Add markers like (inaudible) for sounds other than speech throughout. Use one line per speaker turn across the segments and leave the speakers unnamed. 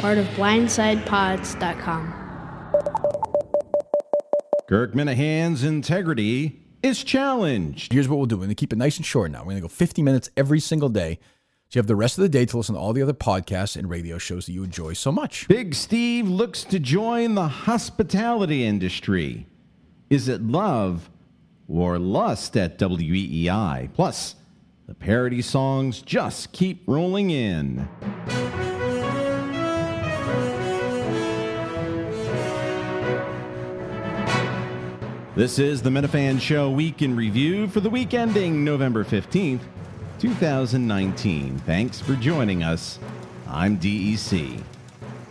part of blindsidepods.com.
Kirk Minahan's integrity is challenged.
Here's what we'll do. We're going to keep it nice and short now. We're going to go 50 minutes every single day. So you have the rest of the day to listen to all the other podcasts and radio shows that you enjoy so much.
Big Steve looks to join the hospitality industry. Is it love or lust at WEEI? Plus, the parody songs just keep rolling in. This is the Metafan Show Week in Review for the week ending November 15th, 2019. Thanks for joining us. I'm E DEC.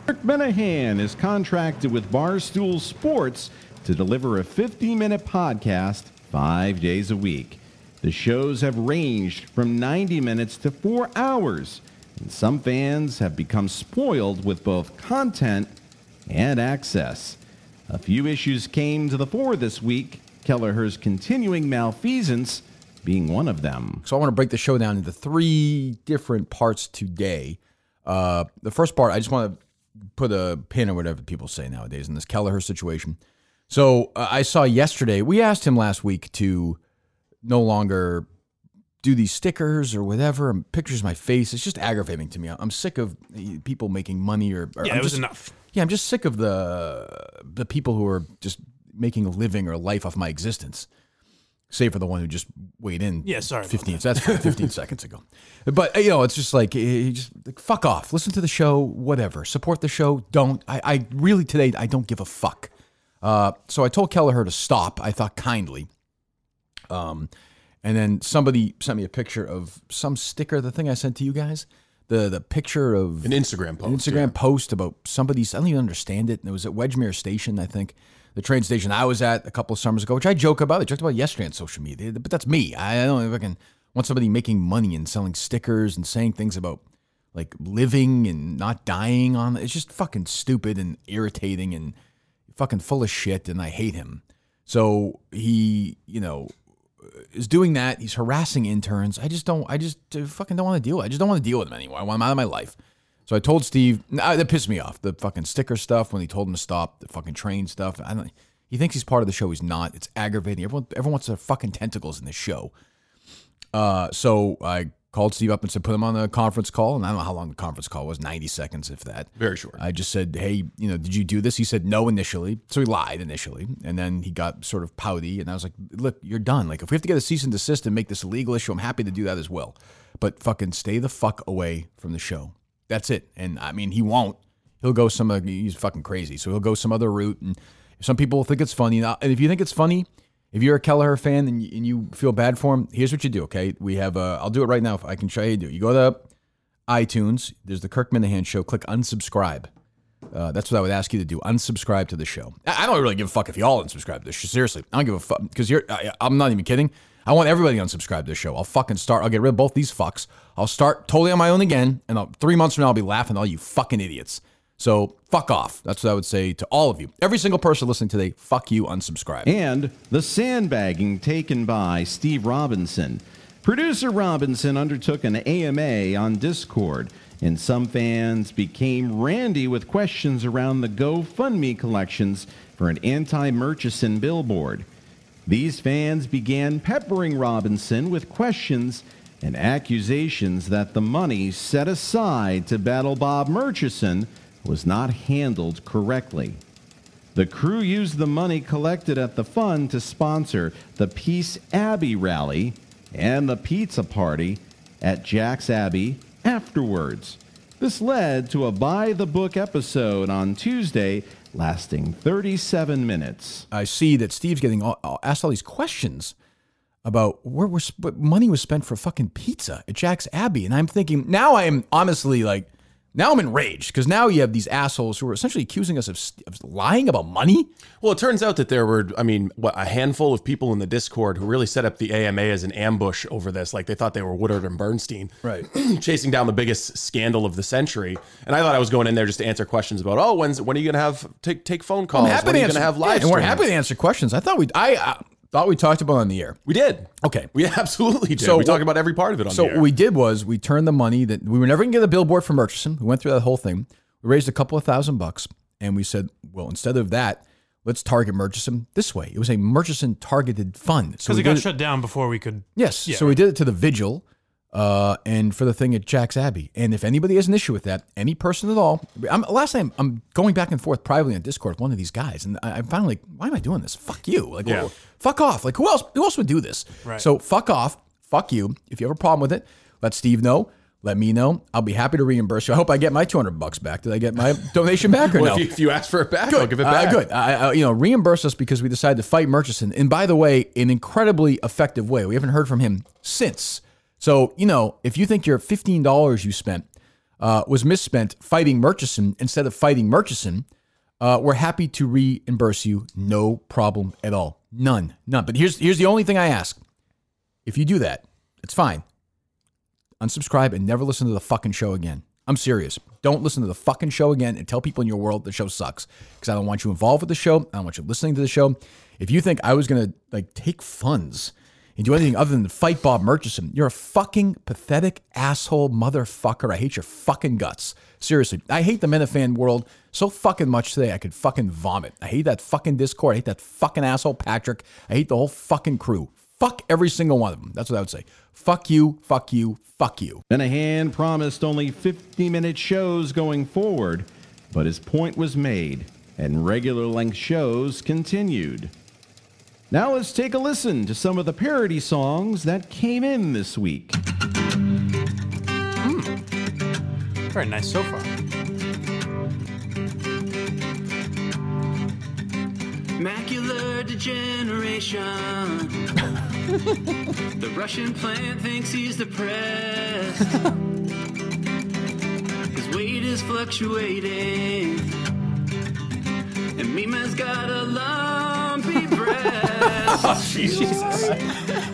Kirk Menahan is contracted with Barstool Sports to deliver a 50 minute podcast five days a week. The shows have ranged from 90 minutes to four hours, and some fans have become spoiled with both content and access. A few issues came to the fore this week, Kelleher's continuing malfeasance being one of them.
So I want to break the show down into three different parts today. Uh, the first part, I just want to put a pin or whatever people say nowadays in this Kelleher situation. So uh, I saw yesterday, we asked him last week to no longer do these stickers or whatever and pictures of my face. It's just aggravating to me. I'm sick of uh, people making money or, or
Yeah,
I'm
it was
just-
enough.
Yeah, I'm just sick of the the people who are just making a living or a life off my existence. Save for the one who just weighed in.
Yeah, sorry about
15. That's
(laughs)
fine, 15 seconds ago. But you know, it's just like eh, you just like, fuck off. Listen to the show, whatever. Support the show. Don't. I, I really today I don't give a fuck. Uh, so I told Kelleher to stop. I thought kindly. Um, and then somebody sent me a picture of some sticker. The thing I sent to you guys. The the picture of
An Instagram post.
an Instagram post about somebody's. I don't even understand it. And it was at Wedgemere Station, I think, the train station I was at a couple of summers ago, which I joke about. I joked about yesterday on social media, but that's me. I I don't fucking want somebody making money and selling stickers and saying things about like living and not dying on. It's just fucking stupid and irritating and fucking full of shit. And I hate him. So he, you know, is doing that. He's harassing interns. I just don't. I just uh, fucking don't want to deal. with it. I just don't want to deal with him anymore. I want him out of my life. So I told Steve. Nah, that pissed me off. The fucking sticker stuff when he told him to stop. The fucking train stuff. I don't. He thinks he's part of the show. He's not. It's aggravating. Everyone. Everyone wants their fucking tentacles in this show. Uh, so I called Steve up and said, put him on a conference call. And I don't know how long the conference call was 90 seconds, if that.
Very short.
I just said, hey, you know, did you do this? He said no initially. So he lied initially. And then he got sort of pouty. And I was like, look, you're done. Like, if we have to get a cease and desist and make this a legal issue, I'm happy to do that as well. But fucking stay the fuck away from the show. That's it. And I mean, he won't. He'll go some, other- he's fucking crazy. So he'll go some other route. And some people think it's funny. And I- and if you think it's funny, if you're a Kelleher fan and you, and you feel bad for him, here's what you do, okay? We have, uh, I'll do it right now if I can show you how to do it. You go to iTunes, there's the Kirk Minahan show, click unsubscribe. Uh, that's what I would ask you to do. Unsubscribe to the show. I I don't really give a fuck if y'all unsubscribe to this show. Seriously, I don't give a fuck because you're. I, I'm not even kidding. I want everybody to unsubscribe to this show. I'll fucking start. I'll get rid of both these fucks. I'll start totally on my own again, and I'll, three months from now, I'll be laughing at all you fucking idiots. So fuck off. That's what I would say to all of you. Every single person listening today, fuck you. Unsubscribe.
And the sandbagging taken by Steve Robinson. Producer Robinson undertook an AMA on Discord, and some fans became randy with questions around the GoFundMe collections for an anti Murchison billboard. These fans began peppering Robinson with questions and accusations that the money set aside to battle Bob Murchison was not handled correctly. The crew used the money collected at the fund to sponsor the Peace Abbey rally and the pizza party at Jack's Abbey afterwards. This led to a buy the book episode on Tuesday lasting 37 minutes.
I see that Steve's getting all, all- asked all these questions about where was what money was spent for fucking pizza at Jack's Abbey, and I'm thinking now I am honestly like now I'm enraged because now you have these assholes who are essentially accusing us of, st- of lying about money.
Well, it turns out that there were, I mean, what, a handful of people in the Discord who really set up the AMA as an ambush over this. Like they thought they were Woodard and Bernstein, (clears throat)
Right.
chasing down the biggest scandal of the century. And I thought I was going in there just to answer questions about, oh, when's when are you going to have take take phone calls? when are you going to have
yeah,
live?
and we're
streams?
happy to answer questions. I thought we I, I thought we talked about it on the air.
We did.
Okay.
We (laughs) absolutely did.
So
we talked
what-
about every part of it on
So
the air.
what we did was we turned the money that we were never going to get a billboard for Murchison. We went through that whole thing. We raised a couple of thousand bucks and we said, well, instead of that, let's target Murchison this way. It was a Murchison targeted fund. So
Because
we
it got
did
shut down before we could.
Yes.
Yeah,
so we did it to the vigil uh, and for the thing at Jack's Abbey. And if anybody has an issue with that, any person at all, I'm, last time I'm going back and forth privately on Discord with one of these guys. And I, I'm finally like, why am I doing this? Fuck you. Like,
Yeah.
well, fuck off. Like, who else, who else would do this?
Right.
So fuck off. Fuck you. If you have a problem with it, let Steve know. Let me know. I'll be happy to reimburse you. I hope I get my 200 bucks back. Did I get my (laughs) donation back or
Well,
no?
if, you, if you ask for it back, I'll give it
Uh,
back.
good. I, I, you know, reimburse us because we decided to fight Murchison. And by the way, an incredibly effective way. We haven't heard from him since. So, you know, if you think your $15 you spent uh, was misspent fighting Murchison instead of fighting Murchison, uh, we're happy to reimburse you. No problem at all. None. None. But here's here's the only thing I ask. If you do that, it's fine. Unsubscribe and never listen to the fucking show again. I'm serious. Don't listen to the fucking show again and tell people in your world the show sucks because I don't want you involved with the show. I don't want you listening to the show. If you think I was gonna like take funds and do anything other than fight Bob Murchison, you're a fucking pathetic asshole motherfucker. I hate your fucking guts. Seriously, I hate the Menafan world so fucking much today I could fucking vomit. I hate that fucking Discord. I hate that fucking asshole Patrick. I hate the whole fucking crew. Fuck every single one of them. That's what I would say. Fuck you, fuck you, fuck you. (laughs)
Menahan promised only 50 minute shows going forward, but his point was made, and regular length shows continued. Now let's take a listen to some of the parody songs that came in this week.
Very nice so far.
Macular degeneration. the Russian plant thinks he's depressed. His weight is fluctuating. And Mima's got a
(laughs)
lumpy breast.
Oh,
He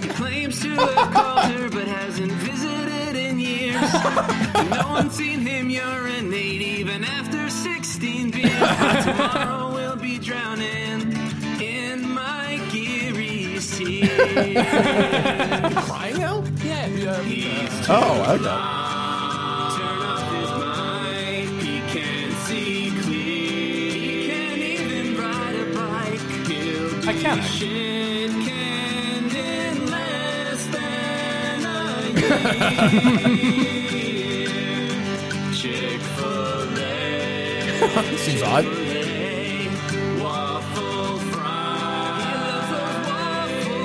claims to have called her but hasn't visited in years. And no one's seen him urinate even after 16 beers. But tomorrow we'll be drowning in my Geary's tears.
Crying out?
He's
Oh, okay.
Turn off his mic, he can't see clear. He can't even ride a bike. He'll do
I can.
shit canned in less than a (laughs) year. Chick-fil-A,
Seems odd.
waffle fries.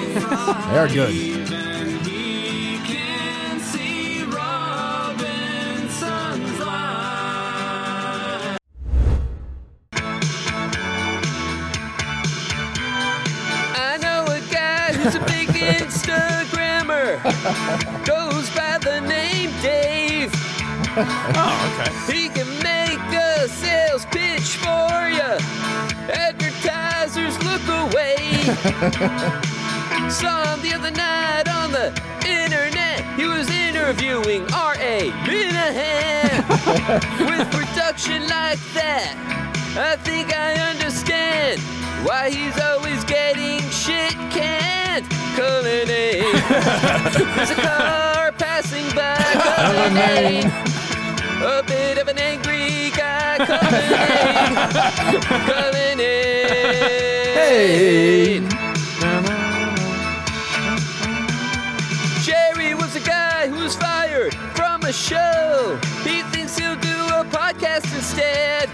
He loves those waffle fries.
They are good.
Even he can see Robinson's light. I know a guy who's a big Instagrammer. Goes by the name Dave. Oh, okay. He can make a sales pitch for you. Advertisers look away. (laughs) Saw him the other night on the internet. He was interviewing R.A. Minahan. (laughs) With production like that, I think I understand why he's always getting shit canned. (laughs) Culinary. There's a car passing by. Culinary. A bit of an angry guy. Culinary. Culinary.
(laughs)
Jerry was a guy who was fired from a show. He thinks he'll do a podcast instead.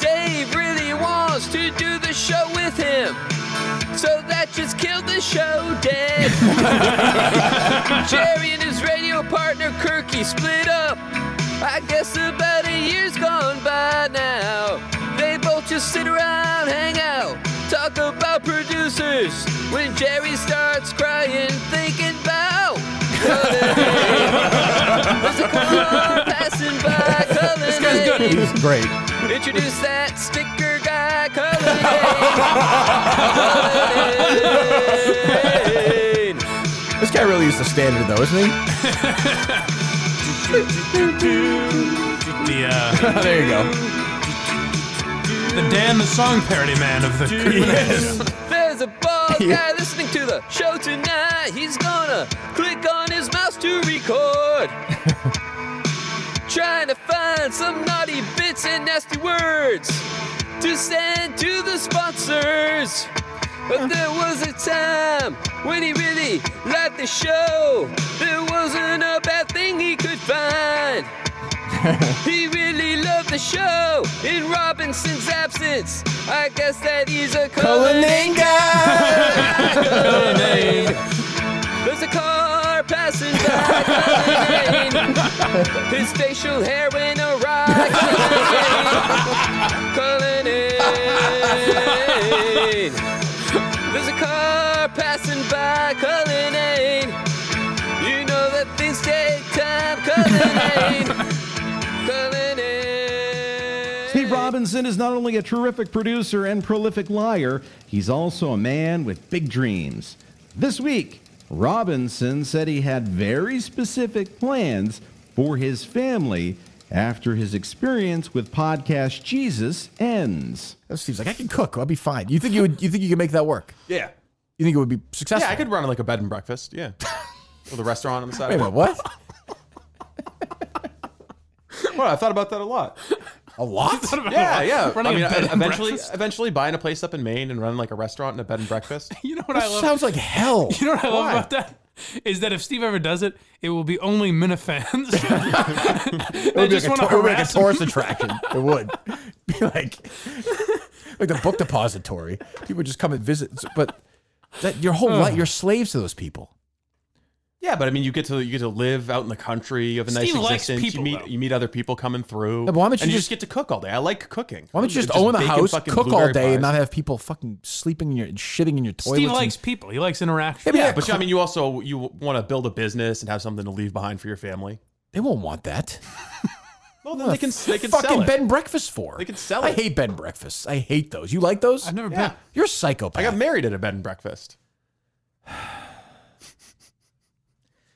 Dave really wants to do the show with him. So that just killed the show dead. Jerry and his radio partner Kirky split up. I guess about a year's gone by now. They both just sit around, hang out, talk about producers. When Jerry starts crying, thinking about Cullen. There's a car passing by Cullen. This guy's good.
He's great.
Introduce that sticker guy, Cullen.
This guy really is the standard, though, isn't he?
The uh,
(laughs) there you go.
the Dan the Song parody man of the Kirkman (laughs) show.
There's a bald guy listening to the show tonight. He's gonna click on his mouse to record. trying to find some naughty bits and nasty words to send to the sponsors. But there was a time when he really liked the show. There wasn't a bad thing he could find. (laughs) He really loved the show in Robinson's absence. I guess that he's a Cullinane. There's a car passing by. Cullinane. (laughs) His facial hair went awry. Cullinane. There's a car passing by. Cullinane. You know that things take time. Cullinane. Cullinane.
Steve Robinson is not only a terrific producer and prolific liar, he's also a man with big dreams. This week, Robinson said he had very specific plans for his family after his experience with podcast Jesus ends.
Oh, Steve's like, I can cook. I'll be fine. You think you would? You think you could make that work?
Yeah.
You think it would be successful?
Yeah, I could run like a bed and breakfast.
(laughs)
Yeah. With a restaurant on the side.
Wait,
of
what? what?
Well, I thought about that a lot.
(laughs)
A lot?
Yeah, yeah.
Running
I mean,
a bed
I-
and
eventually,
breakfast? (laughs)
eventually buying a place up in Maine and running like a restaurant and a bed and breakfast.
(laughs) You know what I love?
Sounds like hell.
you know what I love
Why?
about that? Is that if Steve ever does it, it will be only (laughs) Minifans. they
It would be
just want to
like a, tou- it would be like a
harass him. (laughs)
tourist attraction. It would (laughs) be like (laughs) like the book depository. People just come and visit, but that your whole life, you're slaves to those people.
Yeah, but I mean, you get to you get to live out in the country. You have a nice
Steve likes
existence.
people,
you meet
though.
you meet other people coming through.
but why don't you
and
just-
get to cook all day? I like cooking.
Why don't you just, own a
bacon,
house,
fucking
cook all
blueberry
day, and
pies.
not have people fucking sleeping in your and shitting in your toilets?
Steve
and-
likes people. He likes interaction.
Yeah, but, yeah,
Yeah, but I mean, you also you want to build a business and have something to leave behind for your family.
they won't want that.
(laughs) Well, then they can they can
fucking
sell it.
bed and breakfast for.
They can sell
I
it.
hate bed and breakfasts. I hate those. You like those?
I've never
Yeah.
been.
You're a psychopath.
I got married at a bed and breakfast.
(sighs)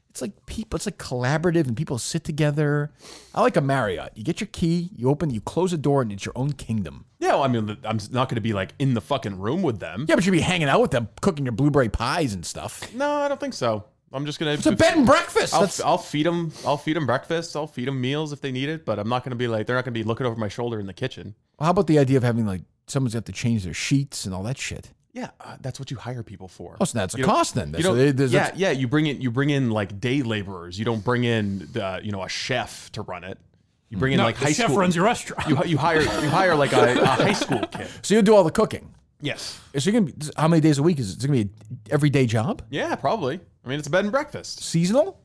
It's like people. It's like collaborative, and people sit together. I like a Marriott. You get your key, you open, you close a door, and it's your own kingdom.
Yeah, well, I mean, I'm not going to be like in the fucking room with them.
Yeah, but you'd be hanging out with them, cooking your blueberry pies and stuff.
No, I don't think so. I'm just going
It's a bed and breakfast.
I'll,
That's,
I'll feed them. I'll feed them breakfast. I'll feed them meals if they need it. But I'm not going to be like they're not going to be looking over my shoulder in the kitchen.
how about the idea of having like someone's got to change their sheets and all that shit?
Yeah, uh, that's what you hire people for.
Oh, so that's a
You don't-
cost then.
You
So
don't-
they- there's a-
yeah, yeah. You bring in you bring in like day laborers. You don't bring in the, you know a chef to run it. You bring in
No,
like
the
high
chef
school.
runs your restaurant.
you, hi- you hire you hire like a, a high school
(laughs)
kid.
So you'll do all the cooking.
Yes.
So you're gonna be, how many days a week is it? It's gonna be an everyday job,
Yeah, probably. I mean, it's a bed and breakfast.
seasonal.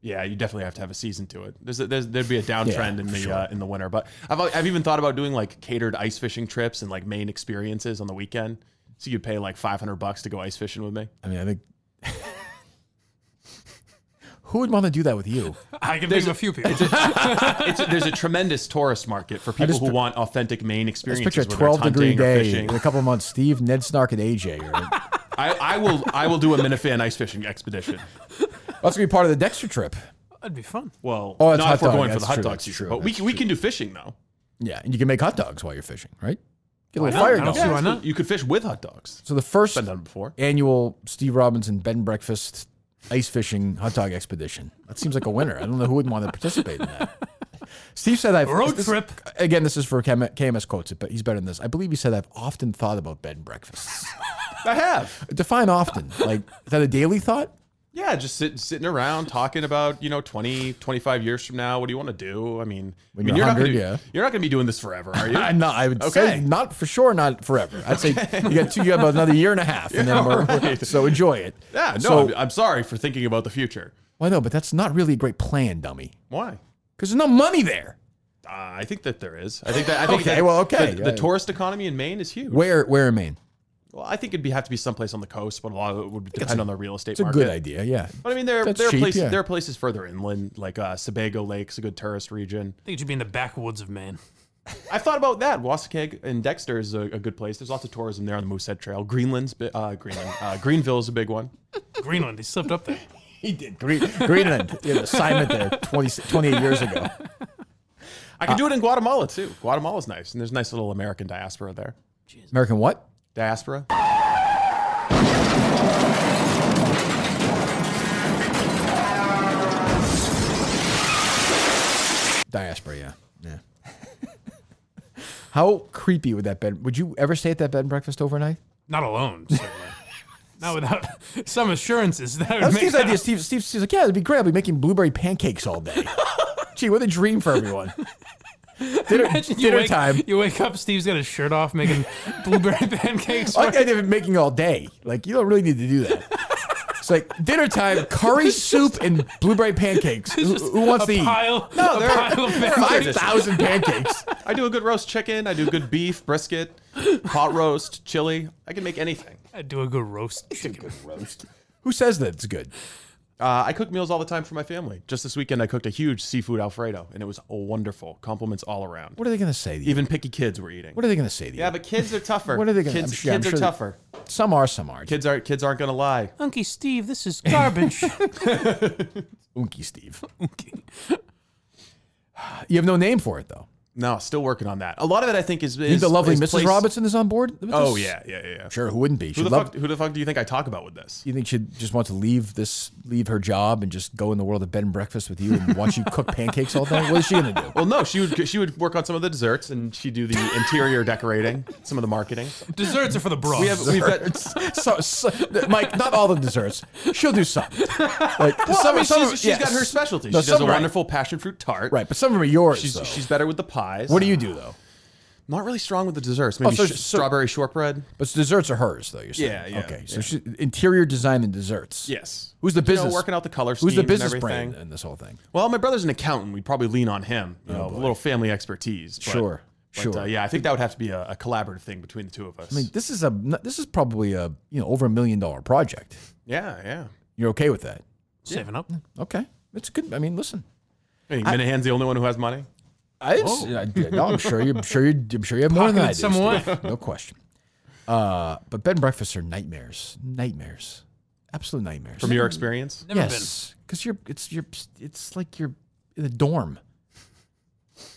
Yeah, you definitely have to have a season to it. There's, a, there's there'd be a downtrend in the
sure.
uh, in the winter, but I've I've even thought about doing like catered ice fishing trips and like main experiences on the weekend. So you'd pay like 500 bucks to go ice fishing with me.
I mean, I think who would want to do that with you?
I can think of
(laughs)
a few people.
It's there's a tremendous tourist market for people
just
who
pi-
want authentic Maine
Let's
experiences.
picture a
whether it's
12 degree
hunting or
day
fishing.
in a couple of months. Steve, Ned Snark, and AJ.
(laughs)
Are, that's
I, I will I will do a Minifan ice fishing expedition.
gonna be part of the Dexter trip.
That'd be fun.
Well,
Oh, that's
not if
hot
we're
dog.
going for
That's
the hot
true,
dog
that's
season,
true,
but we
that's
can, we can do fishing though.
Yeah, and you can make hot dogs while you're fishing, right? Get a little
not?
fire
I don't
going.
see why not.
You could fish with hot dogs.
So the first
Been done before.
annual Steve Robinson bed and breakfast ice fishing hot dog expedition. That seems like a winner. I don't know who wouldn't want to participate in that. Steve said I've
Road
this-
trip.
Again, this is for KM- KMS quotes, but he's better than this. I believe he said I've often thought about bed
(laughs)
and breakfasts.
I have.
Define often. Like is that a daily thought?
Yeah, just sit, sitting around talking about, you know, 20, 25 years from now, what do you want to do? I mean, I
When
mean
you're
not gonna
100,
do-
yeah.
you're not going to be doing this forever, are you?
(laughs) I'm not. I would say
Okay.
not for sure, not forever.
(laughs)
I'd say you got two. You have about another year and a half,
(laughs)
and then we're,
right.
so enjoy it.
yeah, no,
So,
I'm, I'm sorry for thinking about the future.
well, no, but that's not really a great plan, dummy,
Why?
because there's no money there.
Uh, I think that there is. I think that I think
Okay,
that
well, okay,
The,
yeah,
the
yeah.
tourist economy in Maine is huge.
Where, where in Maine?
Well, I think it'd be have to be someplace on the coast, but a lot of it would depend on the real estate
It's a
market.
good idea. Yeah.
But I mean, there
That's
there are
cheap,
places
yeah.
there are places further inland, like uh, Sebago Lake's a good tourist region.
I think it should be in the backwoods of Maine.
I've thought about that. Wasakeg and Dexter is a, a good place. There's lots of tourism there on the Moosehead Trail. Greenland's bi- uh, Greenland, uh, Greenville's a big one.
Greenland. He slipped up there.
(laughs) He did. Green, Greenland. He had an assignment there 20, 28 years ago. Uh,
I could do it in Guatemala too. Guatemala's nice, and there's a nice little American diaspora there.
American what?
Diaspora.
Diaspora, yeah. Yeah. (laughs) How creepy would that bed? Would you ever stay at that bed and breakfast overnight?
Not alone, certainly. Not without (laughs) some assurances that would
That was
make
Steve's idea.
sense.
Steve, Steve, Steve's like, yeah, it'd be great. I'll be making blueberry pancakes
(laughs)
all day. Gee, what a dream for everyone. (laughs) dinner
You
dinner
wake,
time.
you wake up, Steve's got his shirt off,
(laughs)
making blueberry pancakes.
I like the idea of making all day. Like, you don't really need to do that. It's like dinner time, curry soup and blueberry pancakes. Who, who wants
a
to
pile,
No,
a
there are-
pile of
eat
pancakes. (laughs)
(laughs) 5,000 pancakes?
I do a good roast chicken. I do good beef, brisket, pot roast, chili. I can make anything.
I do a good roast chicken.
Who says that it's good?
Uh, I cook meals all the time for my family. Just this weekend, I cooked a huge seafood Alfredo, and it was wonderful. Compliments all around.
What are they going to say to you?
Even picky kids were eating.
What are they going to say to you?
yeah, but kids
(laughs)
are tougher.
What are they gonna-
Kids,
I'm sure- I'm
kids
sure
are
they-
tougher.
some are, some aren't.
Kids aren't. Kids aren't gonna lie.
Unky Steve, this is
(laughs)
garbage.
Unky Steve.
Unky.
You have no name for it, though.
No, still working on that. A lot of it, I think, is, is
the lovely
is
Mrs.
placed-
Robinson is on board? with
Oh
this?
yeah, yeah, yeah. yeah.
Sure, who wouldn't be?
Who
She'd
the
love,
fuck? Who the fuck do you think I talk about with this?
you think she'd just want to leave this, leave her job and just go in the world of bed and breakfast with you and watch you cook pancakes all day? (laughs) What is she going to do?
Well, no, she would. She would work on some of the desserts, and she would do the
(laughs)
interior decorating, some of the marketing.
Desserts are for the
(laughs)
bros.
We have. We've got.
so, so- Mike, not all the desserts.
(laughs)
She'll do some. Like,
Well, I
some,
mean,
some-
she's, she's
yeah,
got her specialty.
No,
she does a
some- right,
wonderful passion fruit tart.
Right, but some of them are yours.
She's
though.
she's better with the pies.
what do you do though? Oh,
Not really strong with the desserts. Maybe
so-
sh-
so-
strawberry shortbread.
But desserts are hers though. You're saying.
Yeah, yeah,
Okay, so she, interior design and desserts.
Yes.
Who's the
You know,
business?
working out the color
Who's the
schemes and
business
everything.
brain in this whole thing?
Well, my brother's an accountant. We'd probably lean on him. You know, a little family expertise. But,
Oh, Sure,
but,
sure.
uh, yeah, I think that would have to be a, a collaborative thing between the two of us.
I mean, this is a this is probably a you know over a million dollar project.
yeah, yeah.
You're okay with that?
saving up.
Okay, it's good. I mean, listen,
I mean, Minahan's the only one who has money.
I, it's- I- no, I'm sure
(laughs)
you, I'm sure you, I'm sure you have more than I do.
Pocketed some away.
Steve. No question. Uh, but bed and breakfasts are nightmares, nightmares, absolute nightmares.
From your experience,
Never
yes, because you're it's you're it's like you're in a dorm.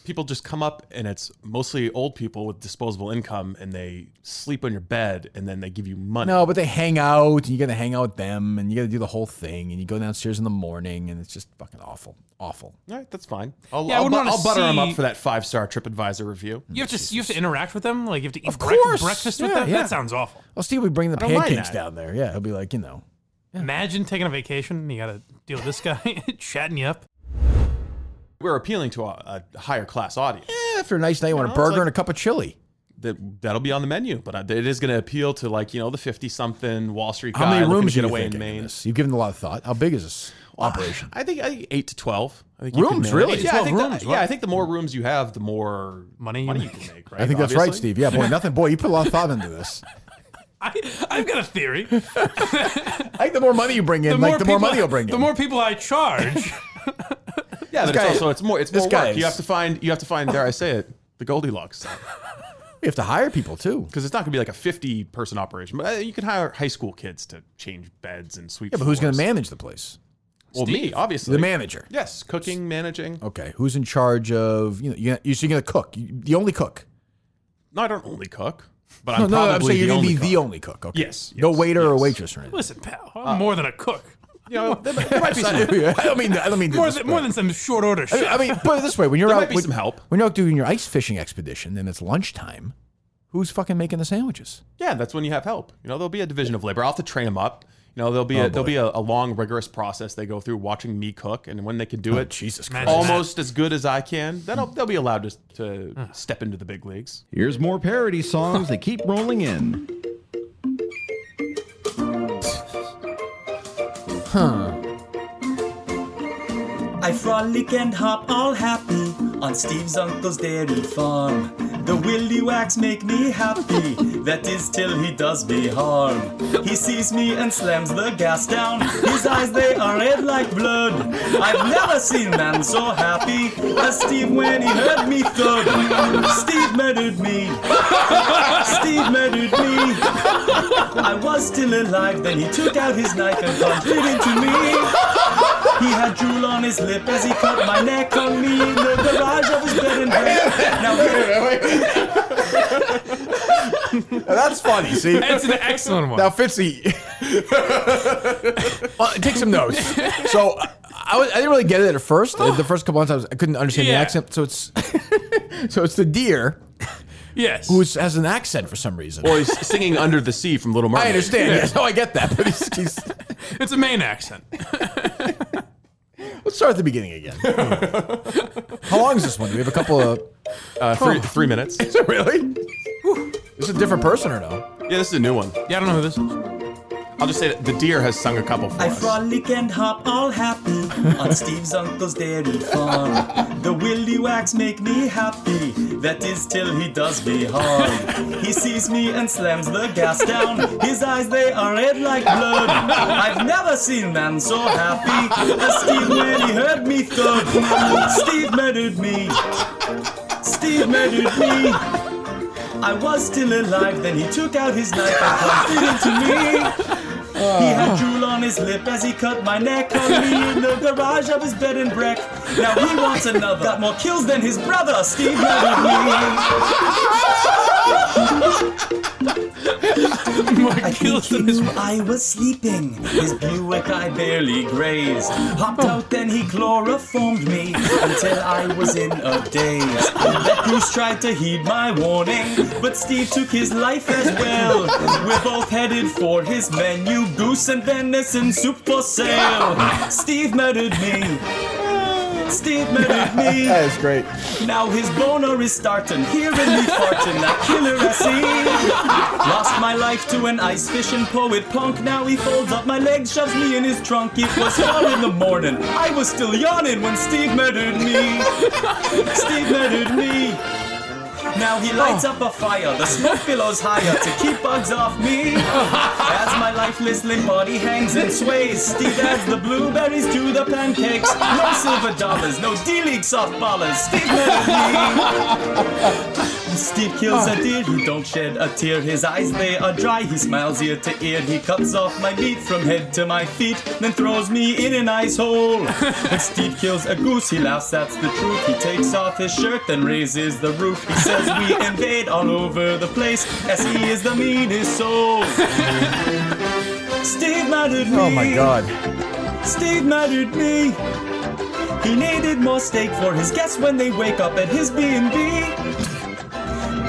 people just come up and it's mostly old people with disposable income and they sleep on your bed and then they give you money.
No, but they hang out, and you got to hang out with them, and you got to do the whole thing, and you go downstairs in the morning, and it's just fucking awful, awful.
All right, that's fine. I'll,
Yeah, I
I'll,
wouldn't
bu-
wanna
I'll butter them up
see-
for that five star TripAdvisor review.
been. You have to you have to interact with them. Like you have to eat brec-
course.
breakfast with
Yeah,
them.
yeah.
That sounds awful.
Well, Steve, we bring the
don't mind
pancakes
that.
down there. Yeah, he'll be like, you know,
Imagine taking a vacation. (laughs) and You got to deal with this guy (laughs) chatting you up.
We're appealing to a, a higher class audience.
"Eh, after a nice night, you want a
know, it's
burger
like-
and a cup of chili.
that that'll be on the menu, but uh, it is going to appeal to like you know the fifty something Wall Street guy
How many
looking
rooms
to
you
get away in
thinking of
Maine.
this? You've given it a lot of thought. How big is this operation?
I think I think eight to twelve. I think you can
Rooms,
manage-
really?
Yeah, I
12
think the-
rooms,
yeah, I think the more rooms you have, the more
Money you
money you
make.
can make. Right?
I think that's right,
Obviously.
Steve.
(laughs)
Yeah, boy, nothing. Boy, you put a lot of thought into this. (laughs)
I I've got a theory.
I think the more money you bring in, like the more money you'll bring
the
in.
more people I
(laughs)
charge.
Yeah, but it's
guy-
also it's more it's
this
more
guy
work.
is-
You have to find you have to find. Dare I say it? The
(laughs)
Goldilocks,
you have to hire people too.
because it's not going to be like a fifty-person operation, but uh, you can hire high school kids to change beds and sweep.
Yeah, but who's going to
floors.
manage the place?
Well, me, obviously.
The manager.
Yes, cooking, managing.
Okay, who's in charge of you know? You you- so you're going to cook. You, the only cook.
No, I don't only cook, but
No,
I'm
no,
probably
I'm saying
the
you're going
only.
to be
cook.
the only cook. Okay.
Yes,
no
yes,
waiter or
yes. (laughs)
waitress or anything.
Listen, pal, I'm
Uh,
more than a cook.
You
(laughs)
know, there, there might be some
I don't mean. I don't mean. to
More
dis-
than more than some short order
I mean-
shit.
I mean, put it this way: when you're
There
out,
might be
when,
some help.
When you're out doing your ice fishing expedition and it's lunchtime, who's fucking making the (laughs) sandwiches?
Yeah, that's when you have help. You know, there'll be a division of labor. I'll have to train them up. You know, there'll be a, there'll
Oh, boy.
be a, a long, rigorous process they go through watching me cook, and when they can do it,
Oh, Jesus
Imagine
Christ.
almost as good as I can, then I'll, they'll be allowed to, to step into the big leagues.
Here's more parody songs. They keep rolling in.
I frolic and hop all happy on Steve's uncle's dairy farm. The willy wax make me happy, that is till he does me harm. He sees me and slams the gas down. His eyes they are red like blood. I've never seen man so happy as Steve when he heard me thud. Steve murdered me. Steve murdered me. I was still alive, then he took out his knife and plunged it into me. He had drool on his lip as he cut my neck on me in the garage of his bed and bread. Now here,
That's
(laughs)
funny. See,
That's an
(laughs)
excellent one.
Uh, Now, Fitzy, well, take some notes. So, I- I, was, I didn't really get it at first. the first couple of times I couldn't understand
Yeah.
the accent. So it's (laughs) so it's the deer
Yes.
who is- has an accent for some reason.
Well, he's singing Under the Sea from Little Mermaid.
I understand. (laughs) Yes, no, I get that. But he's, he's,
(laughs) It's a Maine accent.
let's start at the beginning again. How long is this one? Do we have a couple of?
(laughs) Uh, three, three minutes.
(laughs) Is it really? Is it a different person or no?
Yeah, this is a new one.
Yeah, I don't know who this is.
I'll just say that the deer has sung a couple for
I
us.
frolic and hop all happy
(laughs)
on Steve's uncle's dairy farm. The willy wax make me happy, that is till he does me harm. He sees me and slams the gas down. His eyes they are red like blood. I've never seen man so happy as Steve when he heard me thud. Steve murdered me. Steve murdered me. I was still alive, then he took out his knife and plugged it into me. He had drool on his lip as he cut my neck. Hung me in the garage of his bed and wreck. Now he wants another. Got more kills than his brother, Steve murdered me.
More
I think
kills
he
than his
knew I was sleeping. His Buick I barely grazed. Hopped out, then he chloroformed me until I was in a daze. That Bruce tried to heed my warning, but Steve took his life as well. We're both headed for his menu: goose and venison soup for sale. Steve murdered me. Steve murdered
(laughs)
me.
is great.
Now his boner is starting, hearing me farting, that killer I see. Lost my life to an ice fishing poet punk. Now he folds up my legs, shoves me in his trunk. It was four in the morning. I was still yawning when Steve murdered me. Steve murdered me. Now he lights up a fire, the smoke billows higher to keep bugs off me. As my lifeless limp body hangs and sways, Steve adds the blueberries to the pancakes. No silver dollars, no D-League softballers. Steve murdered me. Steve kills
Ah.
a deer, he don't shed a tear. His eyes they are dry, he smiles ear to ear. He cuts off my meat from head to my feet, then throws me in an ice
(laughs)
hole. When Steve kills a goose, he laughs, that's the truth. He takes off his shirt, then raises the roof. He says we invade all over the place, as he is the meanest
(laughs)
soul. Steve murdered me.
Oh my god.
Steve murdered me. He needed more steak for his guests when they wake up at his B&B.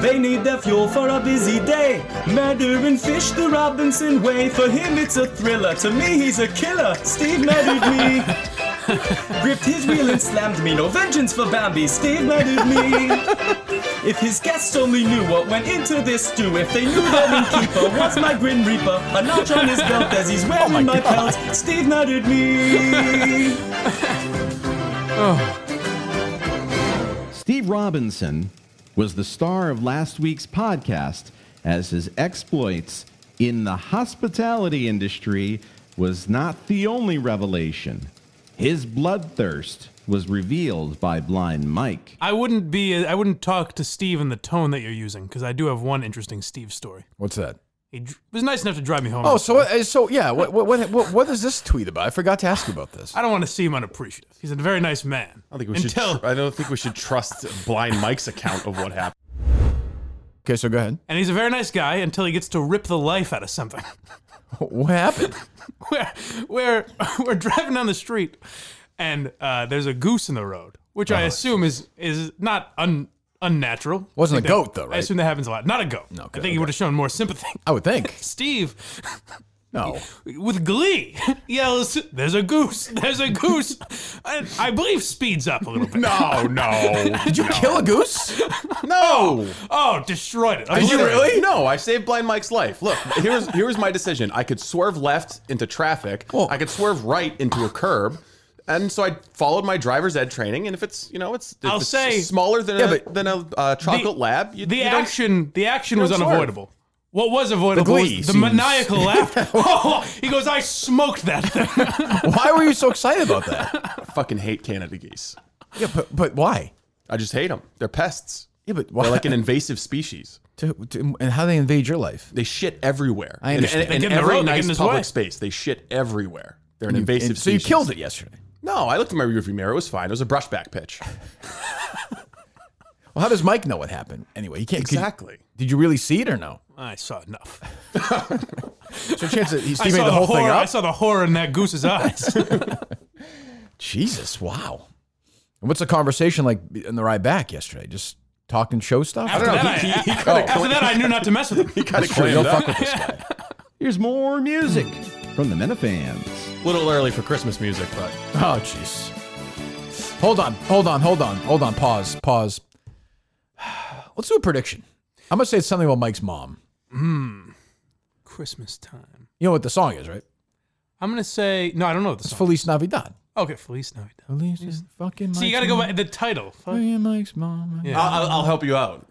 They need their fuel for a busy day. Murder and fish the Robinson way. For him, it's a thriller. To me, he's a killer. Steve murdered me. Gripped his wheel and slammed me. No vengeance for Bambi. Steve murdered me. If his guests only knew what went into this stew, if they knew their innkeeper was my Grim Reaper, a notch on his belt as
Oh
he's wearing Oh my, pelt, Steve murdered me.
Steve Robinson was the star of last week's podcast as his exploits in the hospitality industry was not the only revelation. His bloodthirst was revealed by Blind Mike.
I wouldn't be. I wouldn't talk to Steve in the tone that you're using because I do have one interesting Steve story.
What's that?
He dr- was nice enough to drive me home.
Oh, so uh, so yeah. What what what what, what is this tweet about? I forgot to ask you
(laughs)
about this.
I don't want to seem unappreciative. He's a very nice man.
I think we should.
Until,
tr- I don't think we should trust Blind Mike's account of what happened.
Okay, so go ahead.
and he's a very nice guy until he gets to rip the life out of something. (laughs)
What happened?
where where we're (laughs) driving down the street and uh, there's a goose in the road, which
Oh,
I assume is is not un, unnatural.
Wasn't
I think
a
that-
goat, though,
I
right?
assume that happens a lot. Not a goat.
No,
I
okay,
think he
okay.
would have shown more sympathy.
I would think.
(laughs) Steve,
No.
(laughs) with glee, (laughs) yells, "There's a goose! There's a goose!" (laughs) and I believe speeds up a little
(laughs)
bit.
No, (laughs) no.
Did you kill a goose?
No.
(laughs) Oh, destroyed it.
Did you
Obliterated.
really? No, I saved Blind Mike's life. Look, here's here's my decision. I could swerve left into traffic.
Well-
I could swerve right into a curb. And so I followed my driver's ed training, and if it's you know it's, if
I'll
it's
say-
smaller than
Yeah,
a,
but-
than a uh, chocolate lab, you,
The
you don't-
action, the action was
don't swerve.
unavoidable. What was avoidable
The
was
glee
the
scenes. (laughs)
maniacal laughter. oh, he goes, "I smoked that thing."
Why were you so excited about that?
(laughs) I fucking hate Canada geese.
Yeah, but but why?
I just hate them. They're pests.
Yeah, but why?
They're like an invasive species.
to, to, and how they invade your life?
They shit everywhere.
I
And-
understand.
And,
They
and
get in the
every
road, they get in
nice
his
public
way.
space, they shit everywhere. They're an invasive
And so you
species.
killed it yesterday.
No, I looked at my rearview mirror. It was fine. It was a brushback pitch.
Well, how does Mike know what happened? Anyway, he can't could you-
Exactly.
Did you really see it or no?
I saw enough.
So chance that he
I
Steve
saw (laughs)
made the whole
horror,
thing
I
up. (laughs)
saw the horror in that goose's eyes.
Jesus, wow. And what's the conversation like in the ride back yesterday? Just talking show stuff?
After that, I,
He- he- he
after
kinda cla-
that, I knew
(laughs)
not to mess with him.
Kind of
Sure, you'll fuck with
Here's more music from the Metafans.
A little early for Christmas music, but
Oh, jeez. Hold on, hold on, hold on, hold on. Pause, pause. (sighs) Let's do a prediction. I'm gonna say it's something about Mike's mom.
Christmas time.
You know what Hmm. the song is, right?
I'm gonna say no. I don't know what the
It's
song.
Feliz Navidad.
Okay, Feliz Navidad.
Feliz is fucking.
See, you gotta go by the title. Fuck.
Mike's mom.
Yeah.
I'll, I'll- I'll help you out.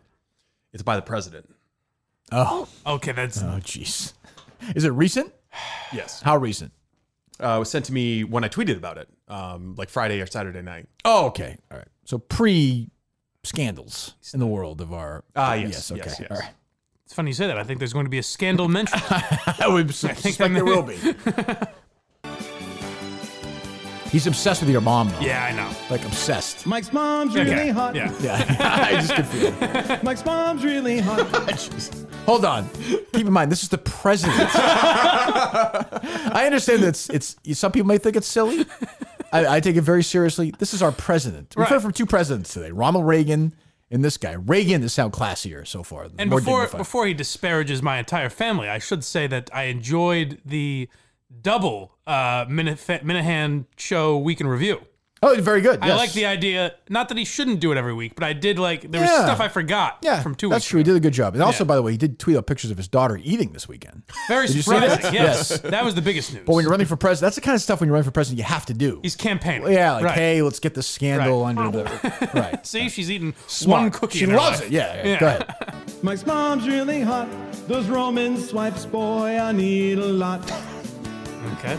It's by the president.
Oh,
Okay, that's
oh, jeez. Uh, Is it recent?
Yes.
How recent?
Uh, it was sent to me when I tweeted about it, um, like Friday or Saturday night.
Oh, okay. All right. So pre scandals in the world of our. uh,
Ah, yes,
Okay.
yes, yes.
All right.
it's funny you say that. I think there's going to be a scandal mention.
(laughs) I would suspect
that- (laughs)
there will be. He's obsessed with your mom, though.
yeah, I know.
Like obsessed.
Mike's mom's
Okay.
really hot.
Yeah.
(laughs) I just could feel it.
Mike's mom's
(laughs)
really hot.
Hold on. Keep in mind, this is the president. I understand that it's, it's some people may think it's silly. I, I take it very seriously. This is our president. We've
Right.
heard from two presidents today, Ronald Reagan and this guy. Reagan has sound classier so far.
And
more
before
dignified.
before he disparages my entire family, I should say that I enjoyed the double uh, Minif- Minahan show week in review.
oh, very good.
I
yes.
like the idea. Not that he shouldn't do it every week, but I did like there was
Yeah.
stuff I forgot
Yeah,
from two
That's
weeks.
true. He did a good job. And also,
Yeah.
by the way, he did tweet out pictures of his daughter eating this weekend.
Very
Did you see
surprising.
that?
Yes.
Yes.
that was the biggest news.
But when you're running for president, that's the kind of stuff when you're running for president you have to do.
He's campaigning.
yeah, like
right.
hey, let's get this scandal under the right.
(laughs) See, she's eating one
Smart.
cookie.
She
in her
loves
life.
it. Yeah, yeah,
Yeah.
Go ahead.
Mike's mom's really hot. Those Roman swipes, boy, I need a lot.
Okay.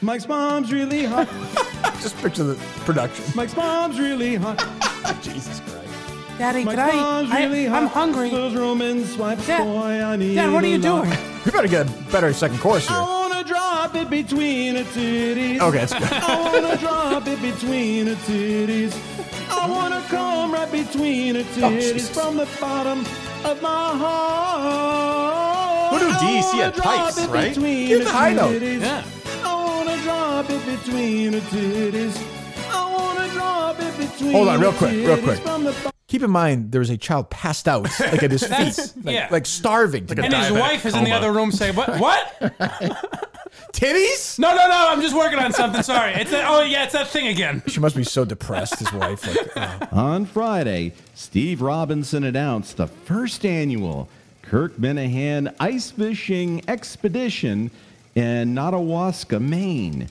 Mike's mom's
(laughs)
really hot.
Just picture the production.
Mike's mom's
(laughs)
really hot.
Jesus Christ.
Daddy,
Mike's
could I?
mom's
I
really hot.
I'm hungry.
Those Roman swipes,
Dad-
boy, I need
Dad, what are
a
you
lot.
doing?
We better get a better second course
I
here.
wanna drop it between her titties.
Okay, that's good.
I wanna drop it between her titties. I wanna come right between her titties
Oh, Jesus.
from the bottom of my heart.
Who knew
I
DEC
wanna
had
drop
pipes,
it
right?
between
Get the
her
high note.
titties.
Yeah.
I wanna drop it between her titties. I wanna drop it between
Hold on, real
her
quick, real
titties
quick.
from the
Keep in mind there was a child passed out like
(laughs)
at his
That's-
feet, like,
yeah.
like starving. to
And
death.
his
Diabetic
wife is in the
coma.
other room saying, "What? What?
(laughs) titties.
No, no, no! I'm just working on something. Sorry. It's that. Oh yeah, it's that thing again.
She must be so depressed. His wife. Like, oh.
On Friday, Steve Robinson announced the first annual Kirk Minahan ice fishing expedition in Nottawaska, Maine.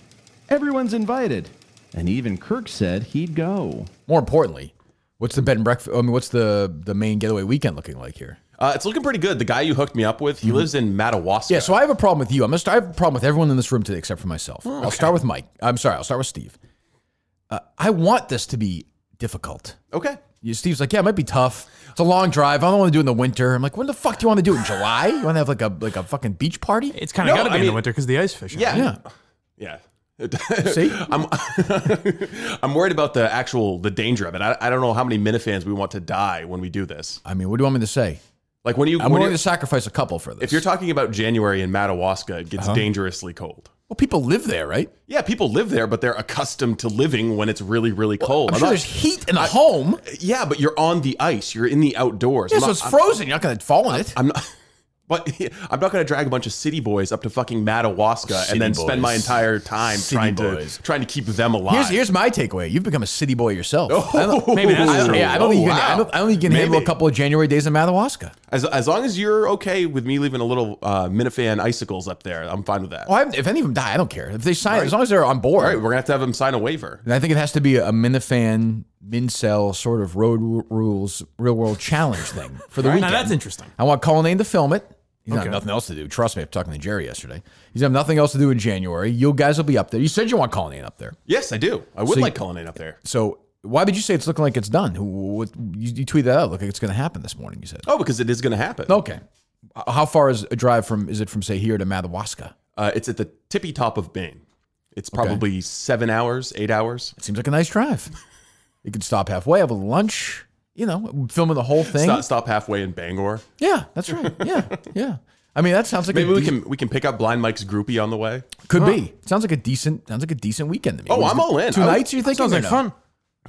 Everyone's invited, and even Kirk said he'd go.
More importantly, what's the bed and breakfast? I mean, what's the the main getaway weekend looking like here?
Uh, it's looking pretty good. The guy you hooked me up with,
Mm-hmm.
he lives in Madawaska.
Yeah, so I have a problem with you. I'm gonna start, I have a problem with everyone in this room today except for myself.
Oh,
I'll start with Mike. I'm sorry. I'll start with Steve. Uh, I want this to be difficult.
okay.
You, Steve's like, yeah, it might be tough. It's a long drive. I don't want to do it in the winter. I'm like, when the fuck do you want to do it in July? You want to have like a like a fucking beach party?
It's kind of
No,
got to be
I
in the
mean-
winter because the ice fishing.
Yeah.
yeah.
Yeah.
See,
I'm I'm worried about the actual the danger of it. I, I don't know how many Minifans we want to die when we do this.
I mean, what do you want me to say?
Like when you
I'm
when
willing
you-
to sacrifice a couple for this. Uh-huh.
if you're talking about January in Madawaska, it gets dangerously cold.
well, people live there, right?
Yeah, people live there, but they're accustomed to living when it's really really cold.
I'm
I'm
sure
not-
there's heat in a home.
yeah, but you're on the ice. You're in the outdoors.
Yeah,
I'm
so
not-
it's frozen. You're not gonna fall in it.
I'm not. (laughs) But I'm not going to drag a bunch of city boys up to fucking Madawaska
City
and then
boys.
spend my entire time
City
trying
boys.
to trying to keep them alive.
Here's, here's my takeaway. You've become a city boy yourself. I don't-
maybe that's
I don't-
true.
yeah, I don't, think you
Oh,
can, I,
wow.
don't, I don't think you can handle a
Maybe.
couple of January days in Madawaska.
As, as long as you're okay with me leaving a little uh, Minifan icicles up there, I'm fine with that.
Well, I, if any of them die, I don't care. If they sign, as long as they're on board.
All right, we're gonna have to have him sign a waiver.
And I think it has to be a Minifan, Mincel sort of road ru- rules, real world challenge thing for the
Now
weekend.
that's interesting.
I want Colonnade to film it. He's not nothing else to do. Trust me, I'm talking to Jerry yesterday. He's have nothing else to do in January. You guys will be up there. You said you want Colonnade up there.
Yes, I do. I would
So
like
you-
Cullinane up there.
So why would you say it's looking like it's done? Who, what, you, you tweeted that out. Look like it's going to happen this morning. You said.
Oh, because it is gonna happen.
Okay. H- How far is a drive from? Is it from say here to Madawaska?
Uh, it's at the tippy top of Maine. It's probably seven hours, eight hours.
It seems like a nice drive. you could stop halfway, have a lunch. You know, filming the whole thing.
Stop, stop halfway in Bangor.
Yeah, that's right. Yeah, yeah. I mean, that sounds like
Maybe
a
we
dec-
can we can pick up Blind Mike's groupie on the way.
could be. Sounds like a decent sounds like a decent weekend to me.
Oh,
Was
I'm
it
all in.
Two
I would-
nights you're thinking?
Sounds
or
like
no?
fun.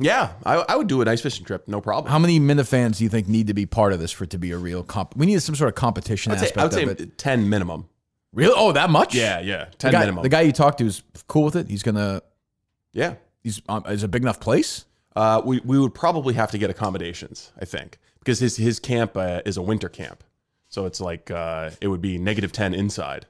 Yeah, I, I would do a nice fishing trip, no problem.
How many Minifans do you think need to be part of this for it to be a real comp? We need some sort of competition
I'd say,
aspect
I would say
of it.
ten minimum.
Really? Oh, that much?
Yeah, yeah,
The
ten
guy,
minimum.
the guy you talked to is cool with it. He's gonna.
yeah,
He's um, is a big enough place.
uh, we we would probably have to get accommodations, I think, because his his camp uh, is a winter camp, so it's like uh, it would be negative ten inside.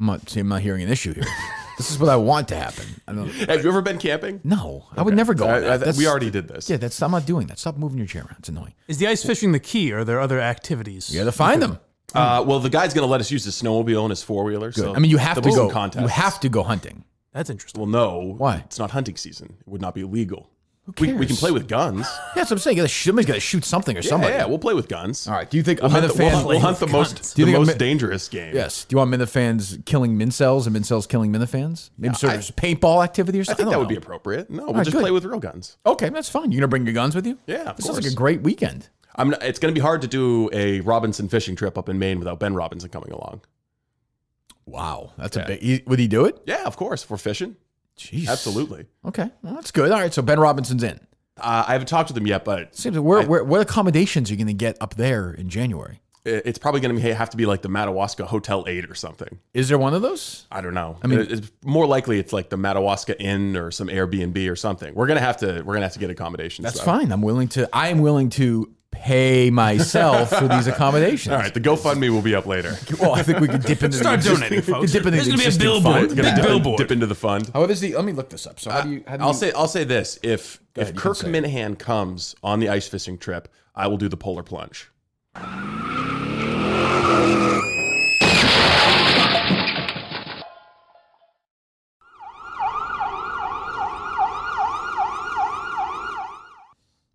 I'm not. See, I'm not hearing an issue here. (laughs) this is what I want to happen. I don't.
Have you ever been camping?
No, I would never go.
I-
on that.
I-
That's-
we already did this.
Yeah, that's. I'm not doing that. Stop moving your chair around. It's annoying.
Is the ice fishing the key, or are there other activities?
You got to find them.
Uh, well, the guy's going to let us use his snowmobile and his four wheeler. So
I mean, you have
there'll
to
be some
go.
contests.
You have to go hunting.
That's interesting.
Well, no.
Why?
It's not hunting season. It would not be illegal.
Who
We, we can
cares?
play with guns.
(laughs) Yeah, that's what I'm saying. You gotta, somebody's got to shoot something or
yeah,
somebody.
yeah, we'll play with guns.
All right. Do you think
We'll
I'm
hunt the,
in a
we'll
fan?
hunt, we'll hunt the
Playing with
most,
guns.
Do you
the
think I'm
most
in-
dangerous game.
Yes. Do you want Minifans killing Mincels and Mincels killing Minifans? Maybe sort of paintball activity or
I
something.
think that
don't
would be
know.
appropriate. No, we'll
right,
just
good.
play with real guns.
Okay, that's fine. You're gonna bring your guns with you?
Yeah, of
This sounds like
course.
a great weekend.
I'm not, it's going to be hard to do a Robinson fishing trip up in Maine without Ben Robinson coming along.
Wow, that's a big. he- Would he do it?
Yeah, of course. If we're fishing,
Jeez.
absolutely.
Okay, well, that's good. All right, so Ben Robinson's in.
Uh, I haven't talked to them yet, but
Seems like where, where what accommodations are you gonna get up there in January?
it- it's probably going to have to be like the Madawaska Hotel 8 or something.
Is there one of those?
I don't know. I mean, it's more likely it's like the Madawaska Inn or some Airbnb or something. We're gonna have to we're gonna have to get accommodations.
That's
though.
fine. I'm willing to. I am willing to pay myself
(laughs)
for these accommodations.
All right, the GoFundMe will be up later.
(laughs) Well, I think we could dip into
Start
the exist-
donating, folks.
we could Dip into
There's
the
gonna be a
existing
billboard.
fund.
It's gonna
Big
dip, in-
billboard.
dip into the fund.
How is the? Uh, Let me look this up. So how do you? How do
I'll
you,
say I'll say this: if if
ahead, you can
Kirk
say it.
Minahan comes on the ice fishing trip, I will do the polar plunge.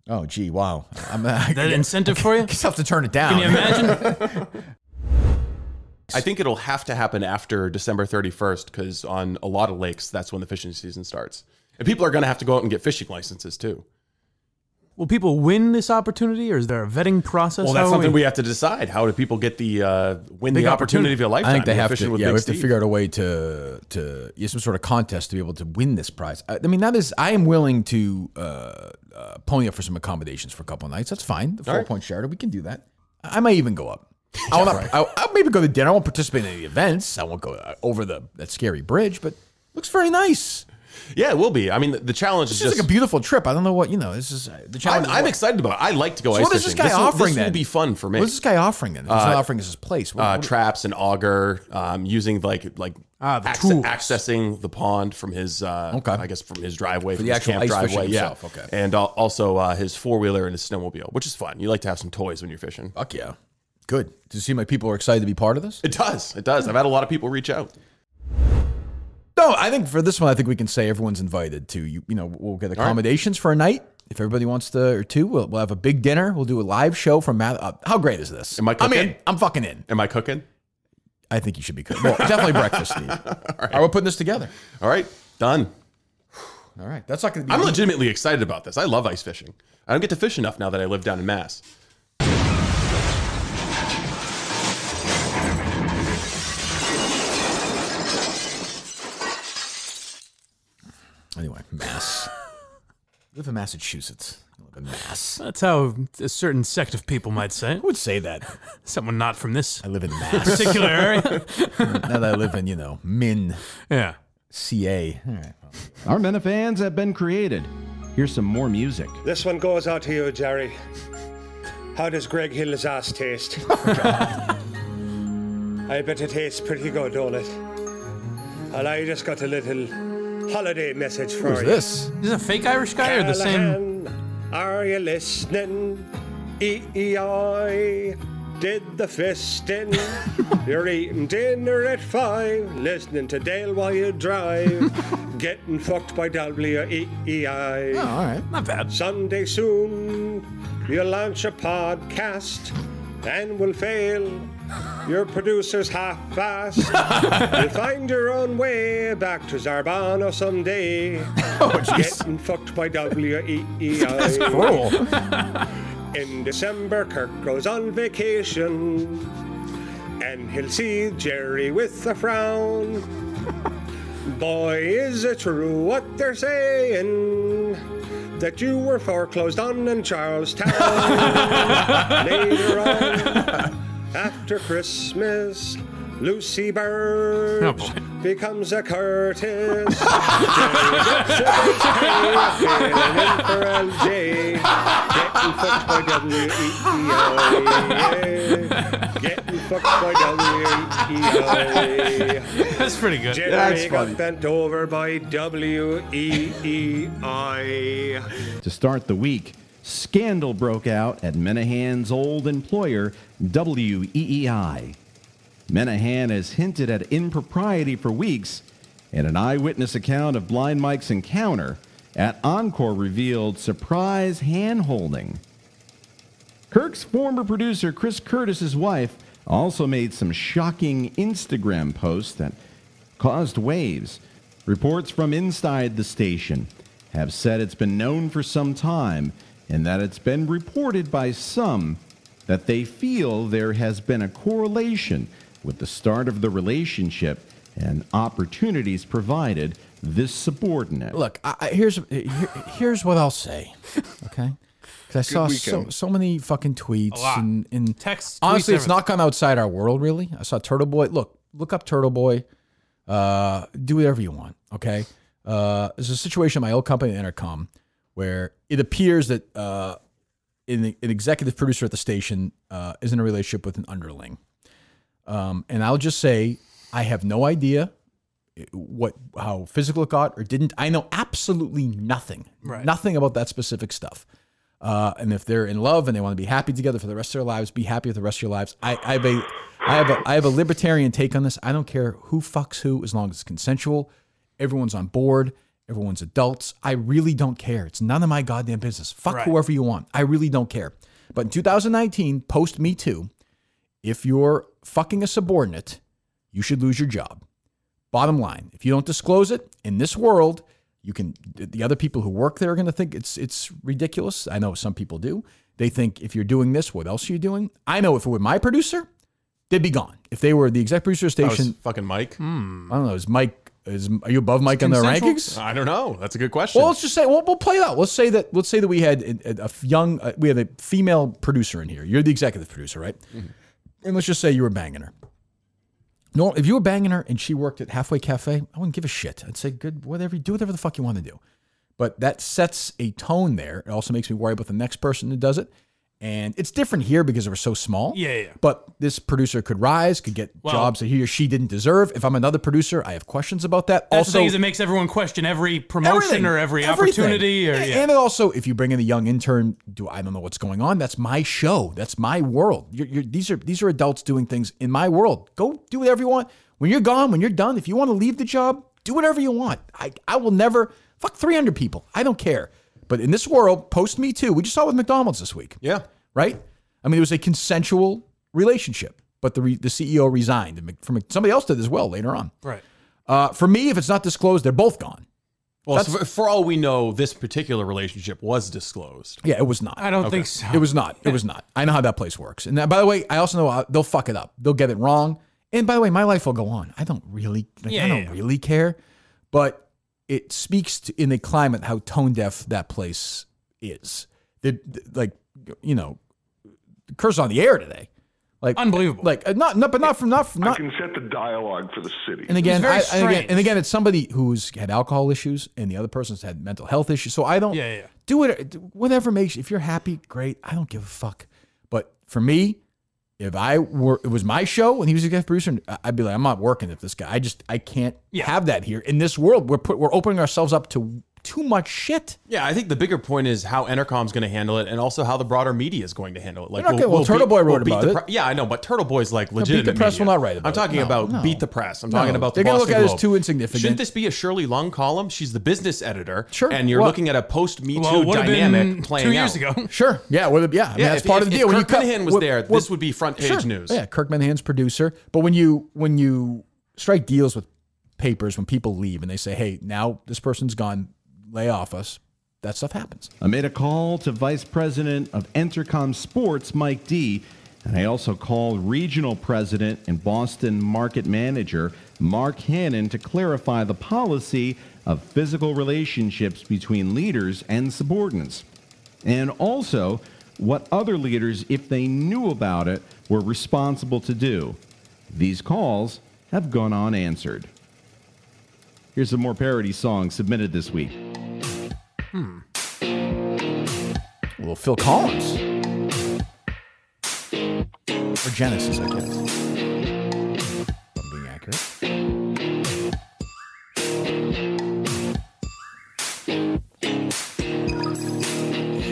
Oh, gee, wow. I'm, uh, I (laughs)
That incentive for you?
guess I'll have to turn it
Can
down.
you imagine?
(laughs)
I think it'll have to happen after December 31st because on a lot of lakes, that's when the fishing season starts, and people are gonna have to go out and get fishing licenses too.
Will people win this opportunity, or is there a vetting process?
Well, that's
How
something
we-
we have to decide. How do people get the uh, win
Big
the opportunity
opportunity.
of a lifetime?
I think they
We're
have
fishing
to.
with
Yeah,
Big
we have to
Steve.
figure out a way to to yeah, some sort of contest to be able to win this prize. I, I mean, that is. I am willing to uh, uh, pony up for some accommodations for a couple of nights. That's fine. The four point charter, we can do that. I I might even go up. I will not. I, I'll maybe go to dinner. I won't participate in any events. I won't go uh, over the that scary bridge, but. Looks very nice.
Yeah, it will be. I mean, the, the challenge
This
is
is
just.
like a beautiful trip. I don't know what you know. This is uh, the
I'm,
challenge. is
I'm
what-
excited about. it. I like to go
So
ice
what is this
fishing.
guy
this will-
offering?
This will
then?
be fun for me.
What is this guy offering then? If He's not offering us his place. What,
uh,
what-
traps and auger, um, using like like
Ah, the
acce-
tools.
accessing the pond from his uh,
Okay.
I guess from his driveway, from
the
his
actual
camp
ice fishing
driveway, yeah.
himself, okay.
And al- also uh, his four wheeler and his snowmobile, which is fun. You like to have some toys when you're fishing.
Fuck yeah. Good. Does it seem like people are excited to be part of this?
It does. It does. I've had a lot of people reach out.
No, I think for this one, I think we can say everyone's invited to you. You know, we'll get accommodations for a night if everybody wants to or two. We'll, we'll have a big dinner. We'll do a live show from Math. Uh, how great is this?
Am I
I'm in.
cooking?
I'm fucking in.
Am I cooking?
I think you should be good. Well, definitely
(laughs)
breakfast, Steve. All right, we're putting this together.
All right, done.
All right, that's not going to be.
I'm legitimately excited about this. I love ice fishing. I don't get to fish enough now that I live down in Mass.
anyway, Mass. (laughs) live in Massachusetts. I live in Mass.
That's how a certain sect of people might say. it.
Who would say that?
(laughs) Someone not from this
I live in Mass. (laughs)
particular area.
now that I live in, you know, Min,
Yeah.
CA. All right.
Our Menafans have been created. Here's some more music.
This one goes out to you, Jerry. How does Greg Hill's ass
(laughs)
taste?
Oh,
I bet it tastes pretty good, don't it? And I just got a little holiday message for
Who's
you.
this?
Is this a fake Irish guy or the same?
Callahan, Are you listening? EEI E did the
(laughs)
fisting. You're eating dinner at five, listening to Dale while you
(laughs)
drive, getting fucked by WEEI.
Oh, all right.
Not bad.
Sunday soon, you'll launch a podcast and will fail. Your producer's
(laughs)
half-assed. you'll find your own way back to Zarbano someday.
Oh, jeez.
Getting fucked by E
(laughs)
WEEI.
Cool.
In December, Kirk goes on vacation. and he'll see Jerry with a frown. Boy, is it true what they're saying that you were foreclosed on in
(laughs)
Charlestown. Later on, after Christmas, Lucy Bird
Oh, boy.
becomes a
(laughs)
Curtis. Jerry gets a base pay, filling in for LJ. Getting fucked by W-E-E-O. yeah. Getting fucked by W-E-E-O.
That's pretty good.
Jerry
That's
got
funny.
bent over by W E E I.
To start the week, scandal broke out at Menahan's old employer, WEEI. Menahan has hinted at impropriety for weeks, and an eyewitness account of Blind Mike's encounter at Encore revealed surprise hand holding. Kirk's former producer, Chris Curtis's wife, also made some shocking Instagram posts that caused waves. Reports from inside the station have said it's been known for some time and that it's been reported by some that they feel there has been a correlation with the start of the relationship and opportunities provided this subordinate.
Look, I, I, here's here, here's what I'll say, okay? Because I saw so,
weekend.
so many fucking tweets
lot.
and, and
Texts,
Honestly,
tweets,
it's not gone outside our world really. I saw Turtle Boy. Look, look up Turtle Boy. Uh, do whatever you want, okay? Uh, there's a situation in my old company, Intercom, where it appears that uh, an, an executive producer at the station uh, is in a relationship with an underling. Um, and I'll just say, I have no idea eh, what how physical it got or didn't. I know absolutely nothing,
Right.
nothing about that specific stuff. Uh, and if they're in love and they want to be happy together for the rest of their lives, be happy with the rest of your lives. I, I have a, I have a, I have a libertarian take on this. I don't care who fucks who as long as it's consensual. Everyone's on board. Everyone's adults. I really don't care. It's none of my goddamn business. Fuck
Right.
whoever you want. I really don't care. But in 2019, post Me Too, if you're fucking a subordinate, you should lose your job. Bottom line, if you don't disclose it in this world, you can the other people who work there are going to think it's it's ridiculous. I know some people do. They think if you're doing this, what else are you doing? I know if it were my producer, they'd be gone. If they were the exec producer of the
That was
station,
fucking Mike.
I don't know. Is Mike? Is are you above Mike in the
consensual?
rankings?
I don't know. That's a good question.
Well, let's just say we'll, we'll play that. Let's say that let's say that we had a, a young uh, we had a female producer in here. You're the executive producer, right?
Mm-hmm.
And let's just say you were banging her. No, if you were banging her and she worked at Halfway Cafe, I wouldn't give a shit. I'd say good, whatever, do whatever the fuck you want to do. But that sets a tone there. It also makes me worry about the next person who does it. And it's different here because we're so small.
Yeah, yeah.
But this producer could rise, could get jobs that he or she didn't deserve. If I'm another producer, I have questions about that.
That's the
also,
thing is it makes everyone question every promotion
Everything.
or every
Everything.
opportunity or
A-
yeah.
and it also if you bring in a young intern do i don't know what's going on that's my show that's my world you're, you're, these are these are adults doing things in my world go do whatever you want when you're gone when you're done if you want to leave the job do whatever you want i, I will never fuck 300 people i don't care but in this world post me too we just saw it with mcdonald's this week
yeah.
right? I mean, it was a consensual relationship, but the re- the CEO resigned, and Mc- from somebody else did as well later on.
Right.
Uh, for me, if it's not disclosed, they're both gone.
Well, for, for all we know, this particular relationship was disclosed.
Yeah, it was not.
I don't think so.
It was not. It was not. I know how that place works. And that, by the way, I also know how they'll fuck it up. They'll get it wrong. And by the way, my life will go on. I don't really, like,
Yeah,
I
yeah,
don't
yeah.
really care. But it speaks to, in the climate how tone deaf that place is. The, the- like, you know, curse on the air today. Like
Unbelievable.
Like uh, not, not, but not from not from
I
not.
can set the dialogue for the city.
And again,
very
I, and again,
strange.
and again, it's somebody who's had alcohol issues, and the other person's had mental health issues. So I don't
Yeah, yeah, yeah.
do it. do Whatever makes. If you're happy, great. I don't give a fuck. But for me, if I were, it was my show, and he was the guest producer, and I- I'd be like, I'm not working if this guy. I just, I can't
Yeah.
have that here in this world. We're put, we're opening ourselves up to too much shit.
Yeah, I think the bigger point is how Entercom's going to handle it, and also how the broader media is going to handle it. Like,
Okay, well, Turtle Boy wrote
beat
about
the
it.
pre- yeah, I know, but Turtle Boy's like legit.
Press will not write about
I'm
it.
talking
No,
about
no.
beat the press. I'm
No,
talking about. The
they're gonna look
Boston
at it as
Globe.
too insignificant.
Shouldn't this be a Shirley Long column? She's the business editor.
Sure.
And you're
Well-
looking at a post Me Too
well, it would have
dynamic
been
playing
two
(laughs)
years
out.
ago.
Sure. Yeah. Well, yeah. I mean,
Yeah,
that's
if-
part of
if-
the deal.
If
When
Kirk
you cut-
Minahan was
what-
there,
what-
this would be front page
Sure. Oh,
news.
Yeah, Kirk Minahan's producer. But when you when you strike deals with papers, when people leave and they say, "Hey, now this person's gone, lay off us," that stuff happens.
I made a call to Vice President of Entercom Sports, Mike D, And I also called regional president and Boston market manager Mark Hannon to clarify the policy of physical relationships between leaders and subordinates. And also, what other leaders, if they knew about it, were responsible to do. These calls have gone unanswered. Here's some more parody songs submitted this week.
Well, Phil Collins. Or Genesis, I guess. If I'm being accurate.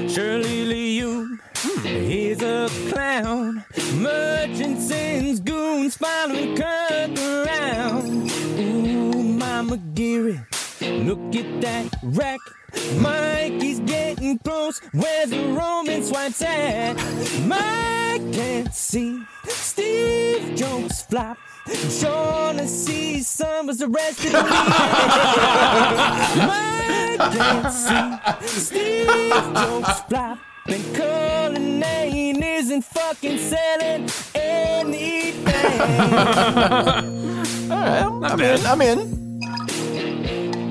Surely Liu, he's a clown. Merchants and goons following Kirk around. Ooh, Mama Geary, look at that rack. Mikey's getting close. Where's the Roman swipes at? Mike can't see. Steve Jones flop. Shauna sees son was arrested. Mike can't see. Steve Jones flop. And Cullinane isn't fucking selling anything.
I'm in. I'm in.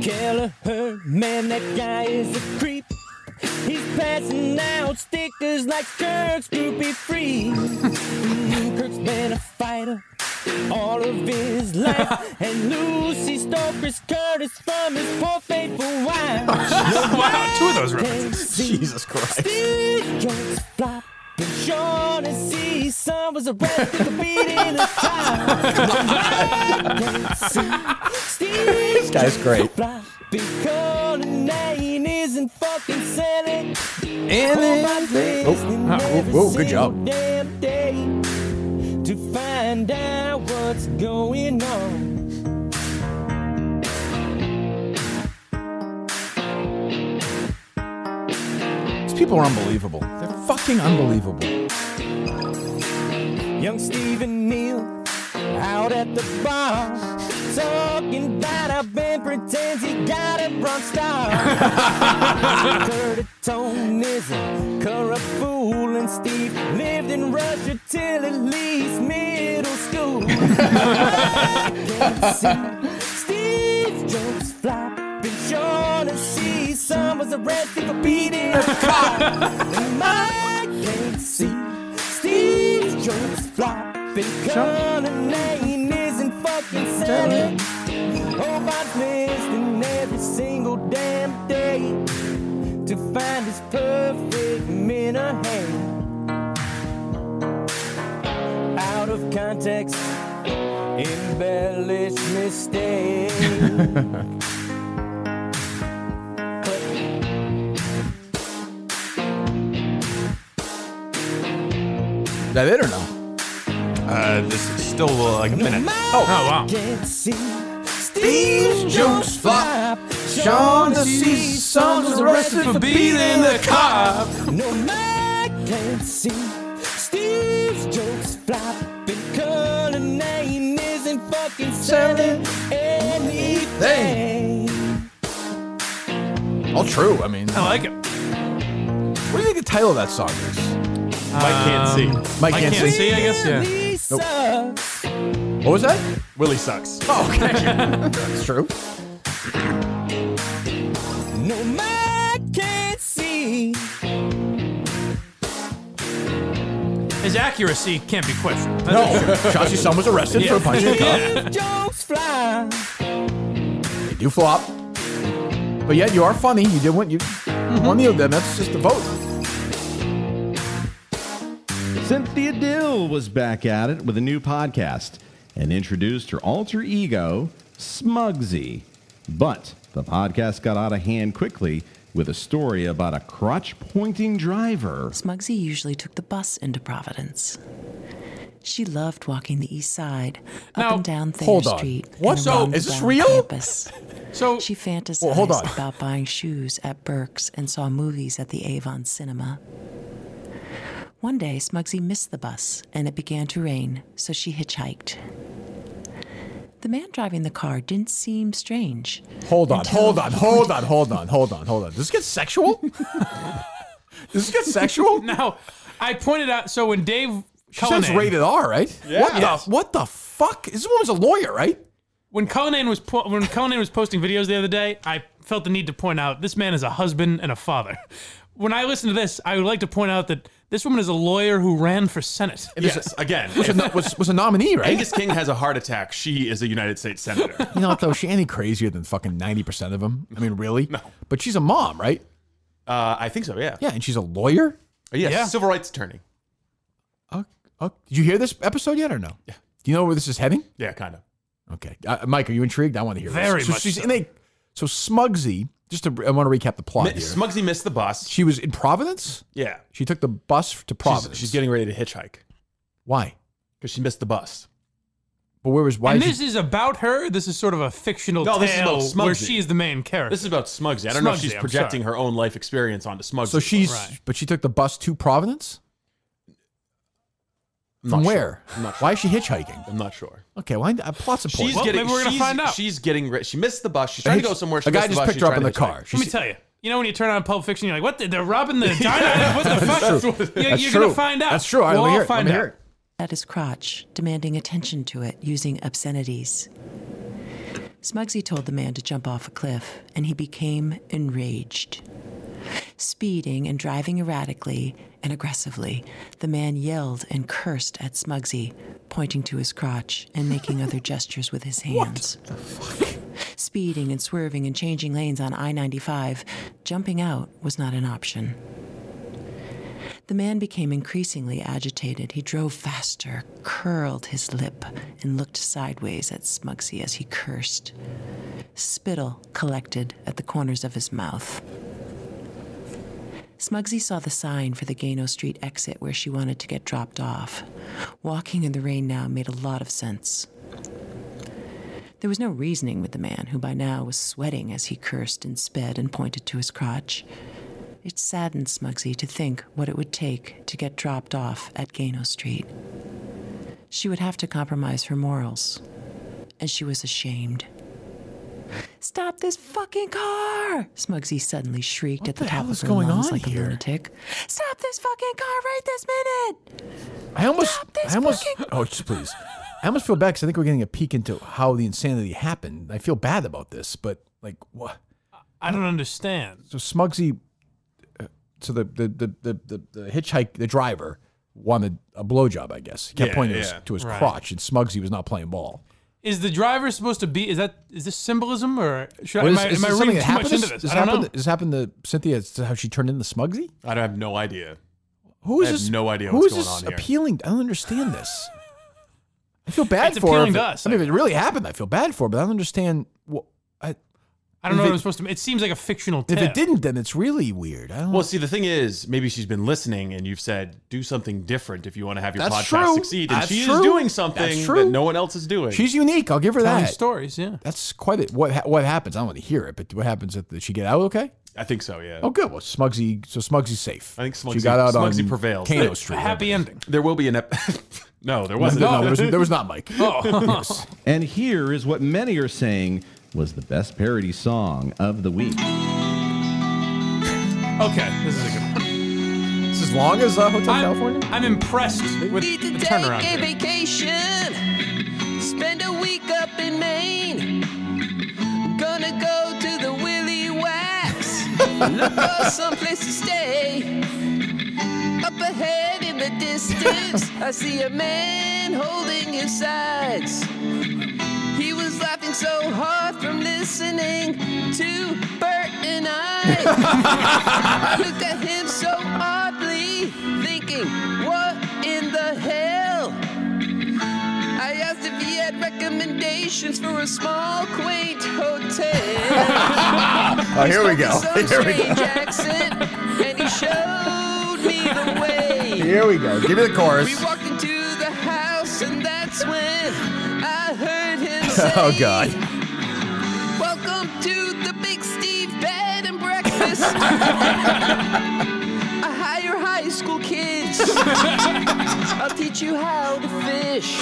Kelleher, man, that guy is a creep. He's passing out stickers like Kirk's groupie free. (laughs) Mm, Kirk's been a fighter all of his life, and Lucy stole Chris Curtis from his poor faithful
(laughs)
wife.
Wow, two of
(laughs)
those references.
Jesus Christ. Steve Jones flop. And Sean and C. Son was arrested for beating a
(laughs)
child. This
guy's great.
Because name isn't fucking selling.
Oh, whoa, whoa, good job.
Damn day to find out what's going on.
These people are unbelievable. They're fucking unbelievable.
Young Stephen Neal out at the bar. Talking about how Ben pretends he got a Bronx
(laughs)
star. Curtatone is a corrupt fool, and Steve lived in Russia till at least middle school. I can see Steve Jobs flopping, sure to see some was arrested for beating a cop. And I can't see Steve Jobs flopping, Colin Lane isn't fucking selling. Oh, my listening every single damn day to find his perfect men ahead. Out of context, embellished mistake.
(laughs)
Is that it or no?
Uh, this is still uh, like a minute.
Oh, wow.
Can't see Steve
Jones
Jones flop.
flop. Sean DeCee's son was arrested for beating the cop.
No Mac can't see Steve's jokes flopping. Colin name isn't fucking selling anything.
All true. I mean,
I
what
like it.
do you think the title of that song is?
Mike can't see.
Um, Mike
I
can't
can't
see.
see, I guess, yeah.
Really sucks.
What was that?
Willie sucks.
Oh, okay. (laughs) That's true.
No Mac can't
(laughs)
see.
His accuracy can't be questioned.
(laughs) No, Chauncey's son was arrested for punching a
(laughs)
cop.
Jokes flop.
You flop. But yet you are funny. You did win. You
Mm-hmm.
won the event. That's just a vote.
Cynthia Dill was back at it with a new podcast and introduced her alter ego, Smugsy. But the podcast got out of hand quickly with a story about a crotch pointing driver.
Smugsy usually took the bus into Providence. She loved walking the east side, up
Now,
and down Thayer
hold on.
Street. and
What? So,
around the
is this
Brown
real? (laughs)
Campus.
So,
She fantasized
Well, hold on.
about buying shoes at Burke's and saw movies at the Avon Cinema. One day, Smugsy missed the bus and it began to rain, so she hitchhiked. The man driving the car didn't seem strange.
Hold on.
Until-
Hold on. Hold on. Hold on. Hold on. Hold on. Does
(laughs)
this
(laughs)
get sexual? Does this get sexual?
now, I pointed out, so when Dave Cullinan.
Sounds rated R, right? What the what the fuck? This woman's a lawyer, right?
when Conan was po- when Conan was posting videos the other day, I felt the need to point out this man is a husband and a father. When I listen to this, I would like to point out that this woman is a lawyer who ran for senate.
Yes, again.
Was a, no- was, was a nominee, right?
Angus King has a heart attack. She is a United States
(laughs)
senator.
You know what though? She ain't any crazier than fucking ninety percent of them. I mean, really? No. But she's a mom, right?
Uh, I think so. Yeah. Uh,
Yeah, and she's a lawyer.
Yes,
Yeah.
Civil rights attorney.
Oh, oh, did you hear this episode yet or no? Yeah. Do you know where this is heading?
Yeah, kind of.
Okay, uh, Mike, are you intrigued? I want to hear. this.
Very
so
much
She's
so.
in a so Smugsy. Just to, I want to recap the plot
Mi-
here.
Smugsy missed the bus.
she was in Providence.
Yeah.
She took the bus to
She's,
Providence.
she's getting ready to hitchhike
why?
because she missed the bus.
But where was (laughs) why?
And
is she-
this is about her. This is sort of a fictional
No,
tale
this is about Smugsy.
where she is the main character.
This is about Smugsy. I don't know if
Smugsy,
she's
I'm
projecting
sorry.
her own life experience onto Smugsy.
so she's
Right.
but she took the bus to Providence.
I'm
From
not
where?
sure. I'm not
Why is she hitchhiking?
I'm not sure.
Okay, well, I, I uh, plots a point.
She's
Well,
getting.
maybe we're gonna
she's,
find out.
She's getting. Re- she missed the bus. She's trying to go somewhere. She
a guy
missed the
just
bus,
picked
she's
her up
trying to
in the
hitchhike.
car.
Let me tell you. You know when you turn on Pulp Fiction, you're like, "What? the-
(laughs)
They're robbing the diner? What the fuck?" (laughs) You,
That's
you're
true.
gonna find out.
That's true. I
We'll
let me
all
hear it. Let
find
me
out.
hear it.
at his crotch, demanding attention to it using obscenities. Smugsy told the man to jump off a cliff, and he became enraged. Speeding and driving erratically and aggressively, the man yelled and cursed at Smugsy, pointing to his crotch and
(laughs)
making other gestures with his hands. Speeding and swerving and changing lanes on I 95, jumping out was not an option. The man became increasingly agitated. He drove faster, curled his lip, and looked sideways at Smugsy as he cursed. Spittle collected at the corners of his mouth. Smugsy saw the sign for the Gano Street exit where she wanted to get dropped off. Walking in the rain now made a lot of sense. There was no reasoning with the man, who by now was sweating as he cursed and sped and pointed to his crotch. It saddened Smugsy to think what it would take to get dropped off at Gano Street. She would have to compromise her morals, and she was ashamed. Stop this fucking car! Smugsy suddenly shrieked at the,
the
top
hell
of
is
her
going
lungs
on
like
here?
a lunatic. Stop this fucking car right this minute!
I almost,
Stop this
I almost,
fucking-
oh, just please. I almost feel bad because I think we're getting a peek into how the insanity happened. I feel bad about this, but like, what?
I don't understand.
So Smugsy, uh, so the the the the, the, the hitchhike, the driver wanted a blowjob, I guess. He kept
Yeah,
pointing to
yeah.
his, to his
Right.
crotch, and Smugsy was not playing ball.
Is the driver supposed to be? Is that is this symbolism or should I,
What
am
is-
I,
is
am I
this
reading
something
too much
that happened?
into this?
This
I don't
happened,
know.
this happened to Cynthia. It's how she turned into Smugsy.
I don't have no idea.
Who is
I have
this?
no idea
who
what's going
is this
on here.
appealing? I don't understand this. I feel bad
It's
for her
appealing
if
to
it-
us,
I mean,
I
if it really happened, I feel bad for, her, but I don't understand. What, I,
I don't know what
If it-
I'm supposed to. It seems like a fictional
if
tale.
it didn't, then it's really weird. I don't.
Well, see, the thing is, maybe she's been listening, and you've said do something different if you want to have your
That's
podcast
true.
succeed. And
That's
she
true.
is doing
That's
something that
true.
no one else is doing.
she's unique. I'll give her
Telling
that.
stories, yeah.
That's quite it. What ha- what happens? I don't want to hear it, but what happens? At the, did she get out okay?
I think so. Yeah.
Oh, good. Well, Smugsy. So Smugsy's safe.
I think
she
Smugsy-
got out on
Smugsy prevails.
Kano
A
Street.
a happy ending.
There will be an ep- (laughs) no, there
No,
wasn't.
no, there was, there was not Mike. (laughs)
Oh,
(laughs) And here is what many are saying was the best parody song of the week.
okay. This is a good one.
It's as long as uh, Hotel
I'm,
California.
I'm impressed with
Need
the
to take
turnaround.
a
here.
vacation. Spend a week up in Maine. Gonna go to the Willy Wax. Look for someplace to stay. Up ahead in the distance, I see a man holding his sides. He was laughing so hard from listening to Bert and
(laughs)
I. I looked at him so oddly, thinking, what in the hell? I asked if he had recommendations for a small, quaint hotel.
(laughs) Oh, here we go.
Some
Here we go.
strange accent, and he showed me the way.
Here we go. Give me the
We
chorus.
walked into the house, and that's when I heard him say,
(laughs) Oh God.
Welcome to the Big Steve Bed and Breakfast. I hire high school kids. I'll teach you how to fish.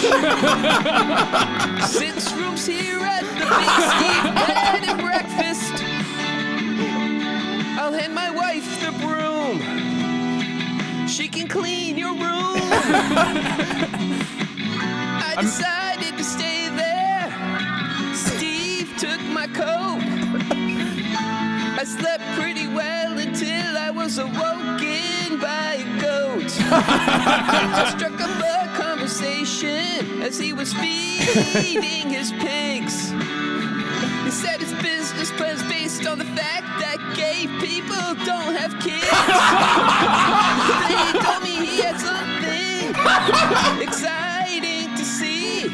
Six rooms here at the Big Steve Bed and Breakfast. I'll hand my wife the broom. She can clean your room. I decided to stay there. Steve took my coat. I slept pretty well until I was awoken by a goat. I struck up a conversation as he was feeding his pigs. He said his business plan's based on the fact that gay people don't have kids. they told me he had something exciting to see.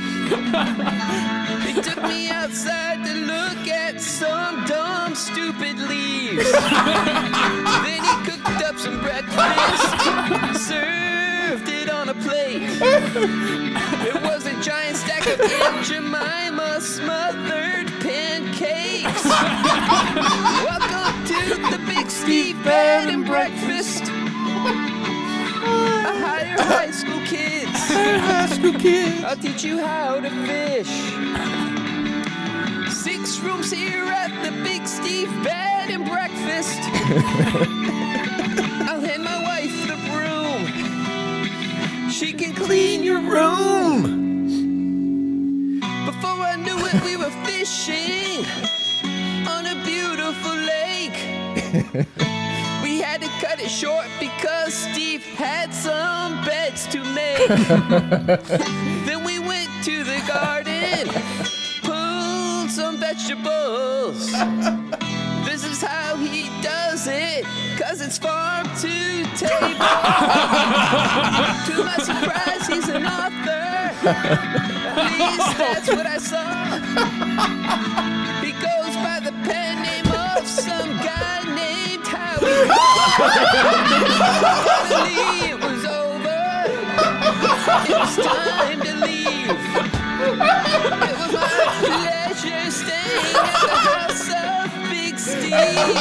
They took me outside to look at some dumb, stupid leaves. then he cooked up some breakfast, served it on a plate. It was a giant stack of Aunt Jemima smothered pancakes. Welcome to the Big Steve Bed and Breakfast. I hire high school kids. I'll teach you how to fish. Six rooms here at the Big Steve Bed and Breakfast. I'll hand my wife the broom. She can clean your room. Before I knew it, we were fishing on a beautiful lake.
(laughs)
we had to cut it short because Steve had some beds to make. Then we went to the garden, pulled some vegetables. This is how he does it, cause it's farm to table. to my surprise, he's an author. At least that's what I saw. He goes by the pen name of some guy named Howie. Suddenly it was over. It was time to leave. It was my pleasure staying at the house of Big Steve.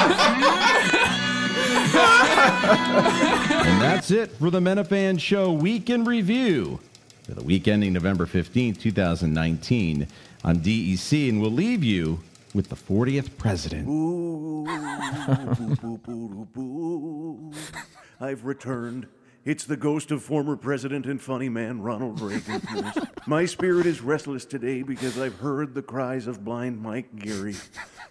And that's it for the Menafan Show Week in Review for the week ending November 15th, 2019 on DEC. E And we'll leave you with the 40th president.
(laughs) I've returned. It's the ghost of former president and funny man Ronald Reagan. My spirit is restless today because I've heard the cries of blind Mike Geary,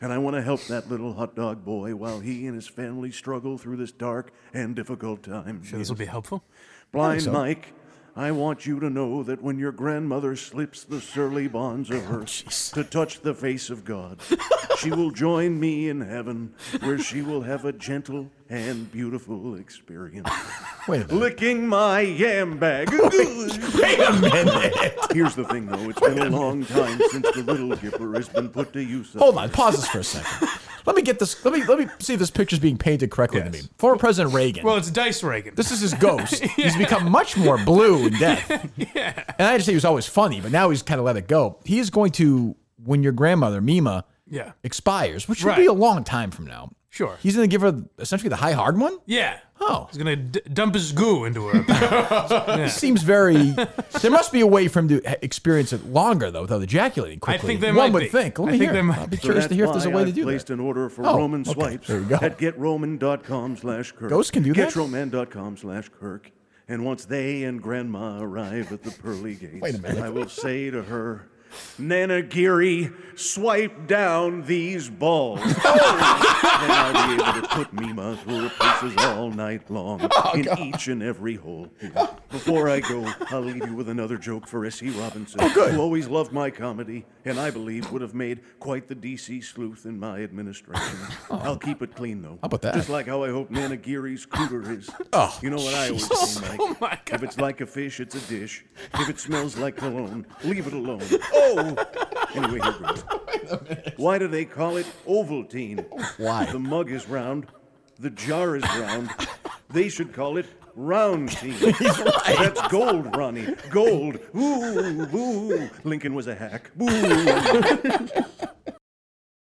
and I want to help that little hot dog boy while he and his family struggle through this dark and difficult time.
This will be helpful.
Blind Mike, I want you to know that when your grandmother slips the surly bonds of
Oh,
earth to touch the face of God, she will join me in heaven where she will have a gentle and beautiful experience.
Wait a minute.
Licking my yam bag.
Wait a minute.
Here's the thing, though. It's been a long time since the riddle giver has been put to use.
Hold on. Pause this for a second. Let me get this. Let me let me see if this picture's being painted correctly to me. Former President Reagan.
Well, it's Dice Reagan.
This is
(laughs)
his ghost. He's become much more blue in death. And I just say he was always funny, but now he's kind of let it go. He is going to, when your grandmother, Mima,
Yeah.
expires, which should
Right.
be a long time from now.
Sure.
He's going to give her essentially the high hard one?
yeah.
Oh.
He's gonna d- dump his goo into her. (laughs)
(laughs) This seems very. there must be a way for him to ha- experience it longer, though, without ejaculating
I
quickly.
think there
One
might
would
be.
think. Let
I
me
think
hear.
there might
I'd
be.
be
So
curious to
that's
hear if there's a
why
way
I've
to do
placed
that.
an order for
Oh,
Roman
okay.
swipes
There you go.
at getroman.com slash Kirk.
Ghosts can do that?
Getroman.com slash Kirk. And once they and Grandma arrive at the pearly gates,
(laughs) Wait a minute.
I will say to her, Nana Geary, swipe down these balls.
(laughs)
then I'll be able to put Mima through her paces all night long in each and every hole. Before I go, I'll leave you with another joke for S.E. Robinson, who always loved my comedy and I believe would have made quite the D.C. sleuth in my administration. I'll keep it clean, though. How
about that?
Just like how I hope Nana Geary's cooter is.
Oh,
you know what I always
Jesus.
say, Mike?
Oh, my God.
If it's like a fish, it's a dish. If it smells like cologne, leave it alone. Oh! Anyway, here goes. Why do they call it Ovaltine?
Why?
The mug is round, the jar is round. They should call it Roundtine. That's gold, Ronnie. Gold. Ooh, ooh. Lincoln was a hack. Boo.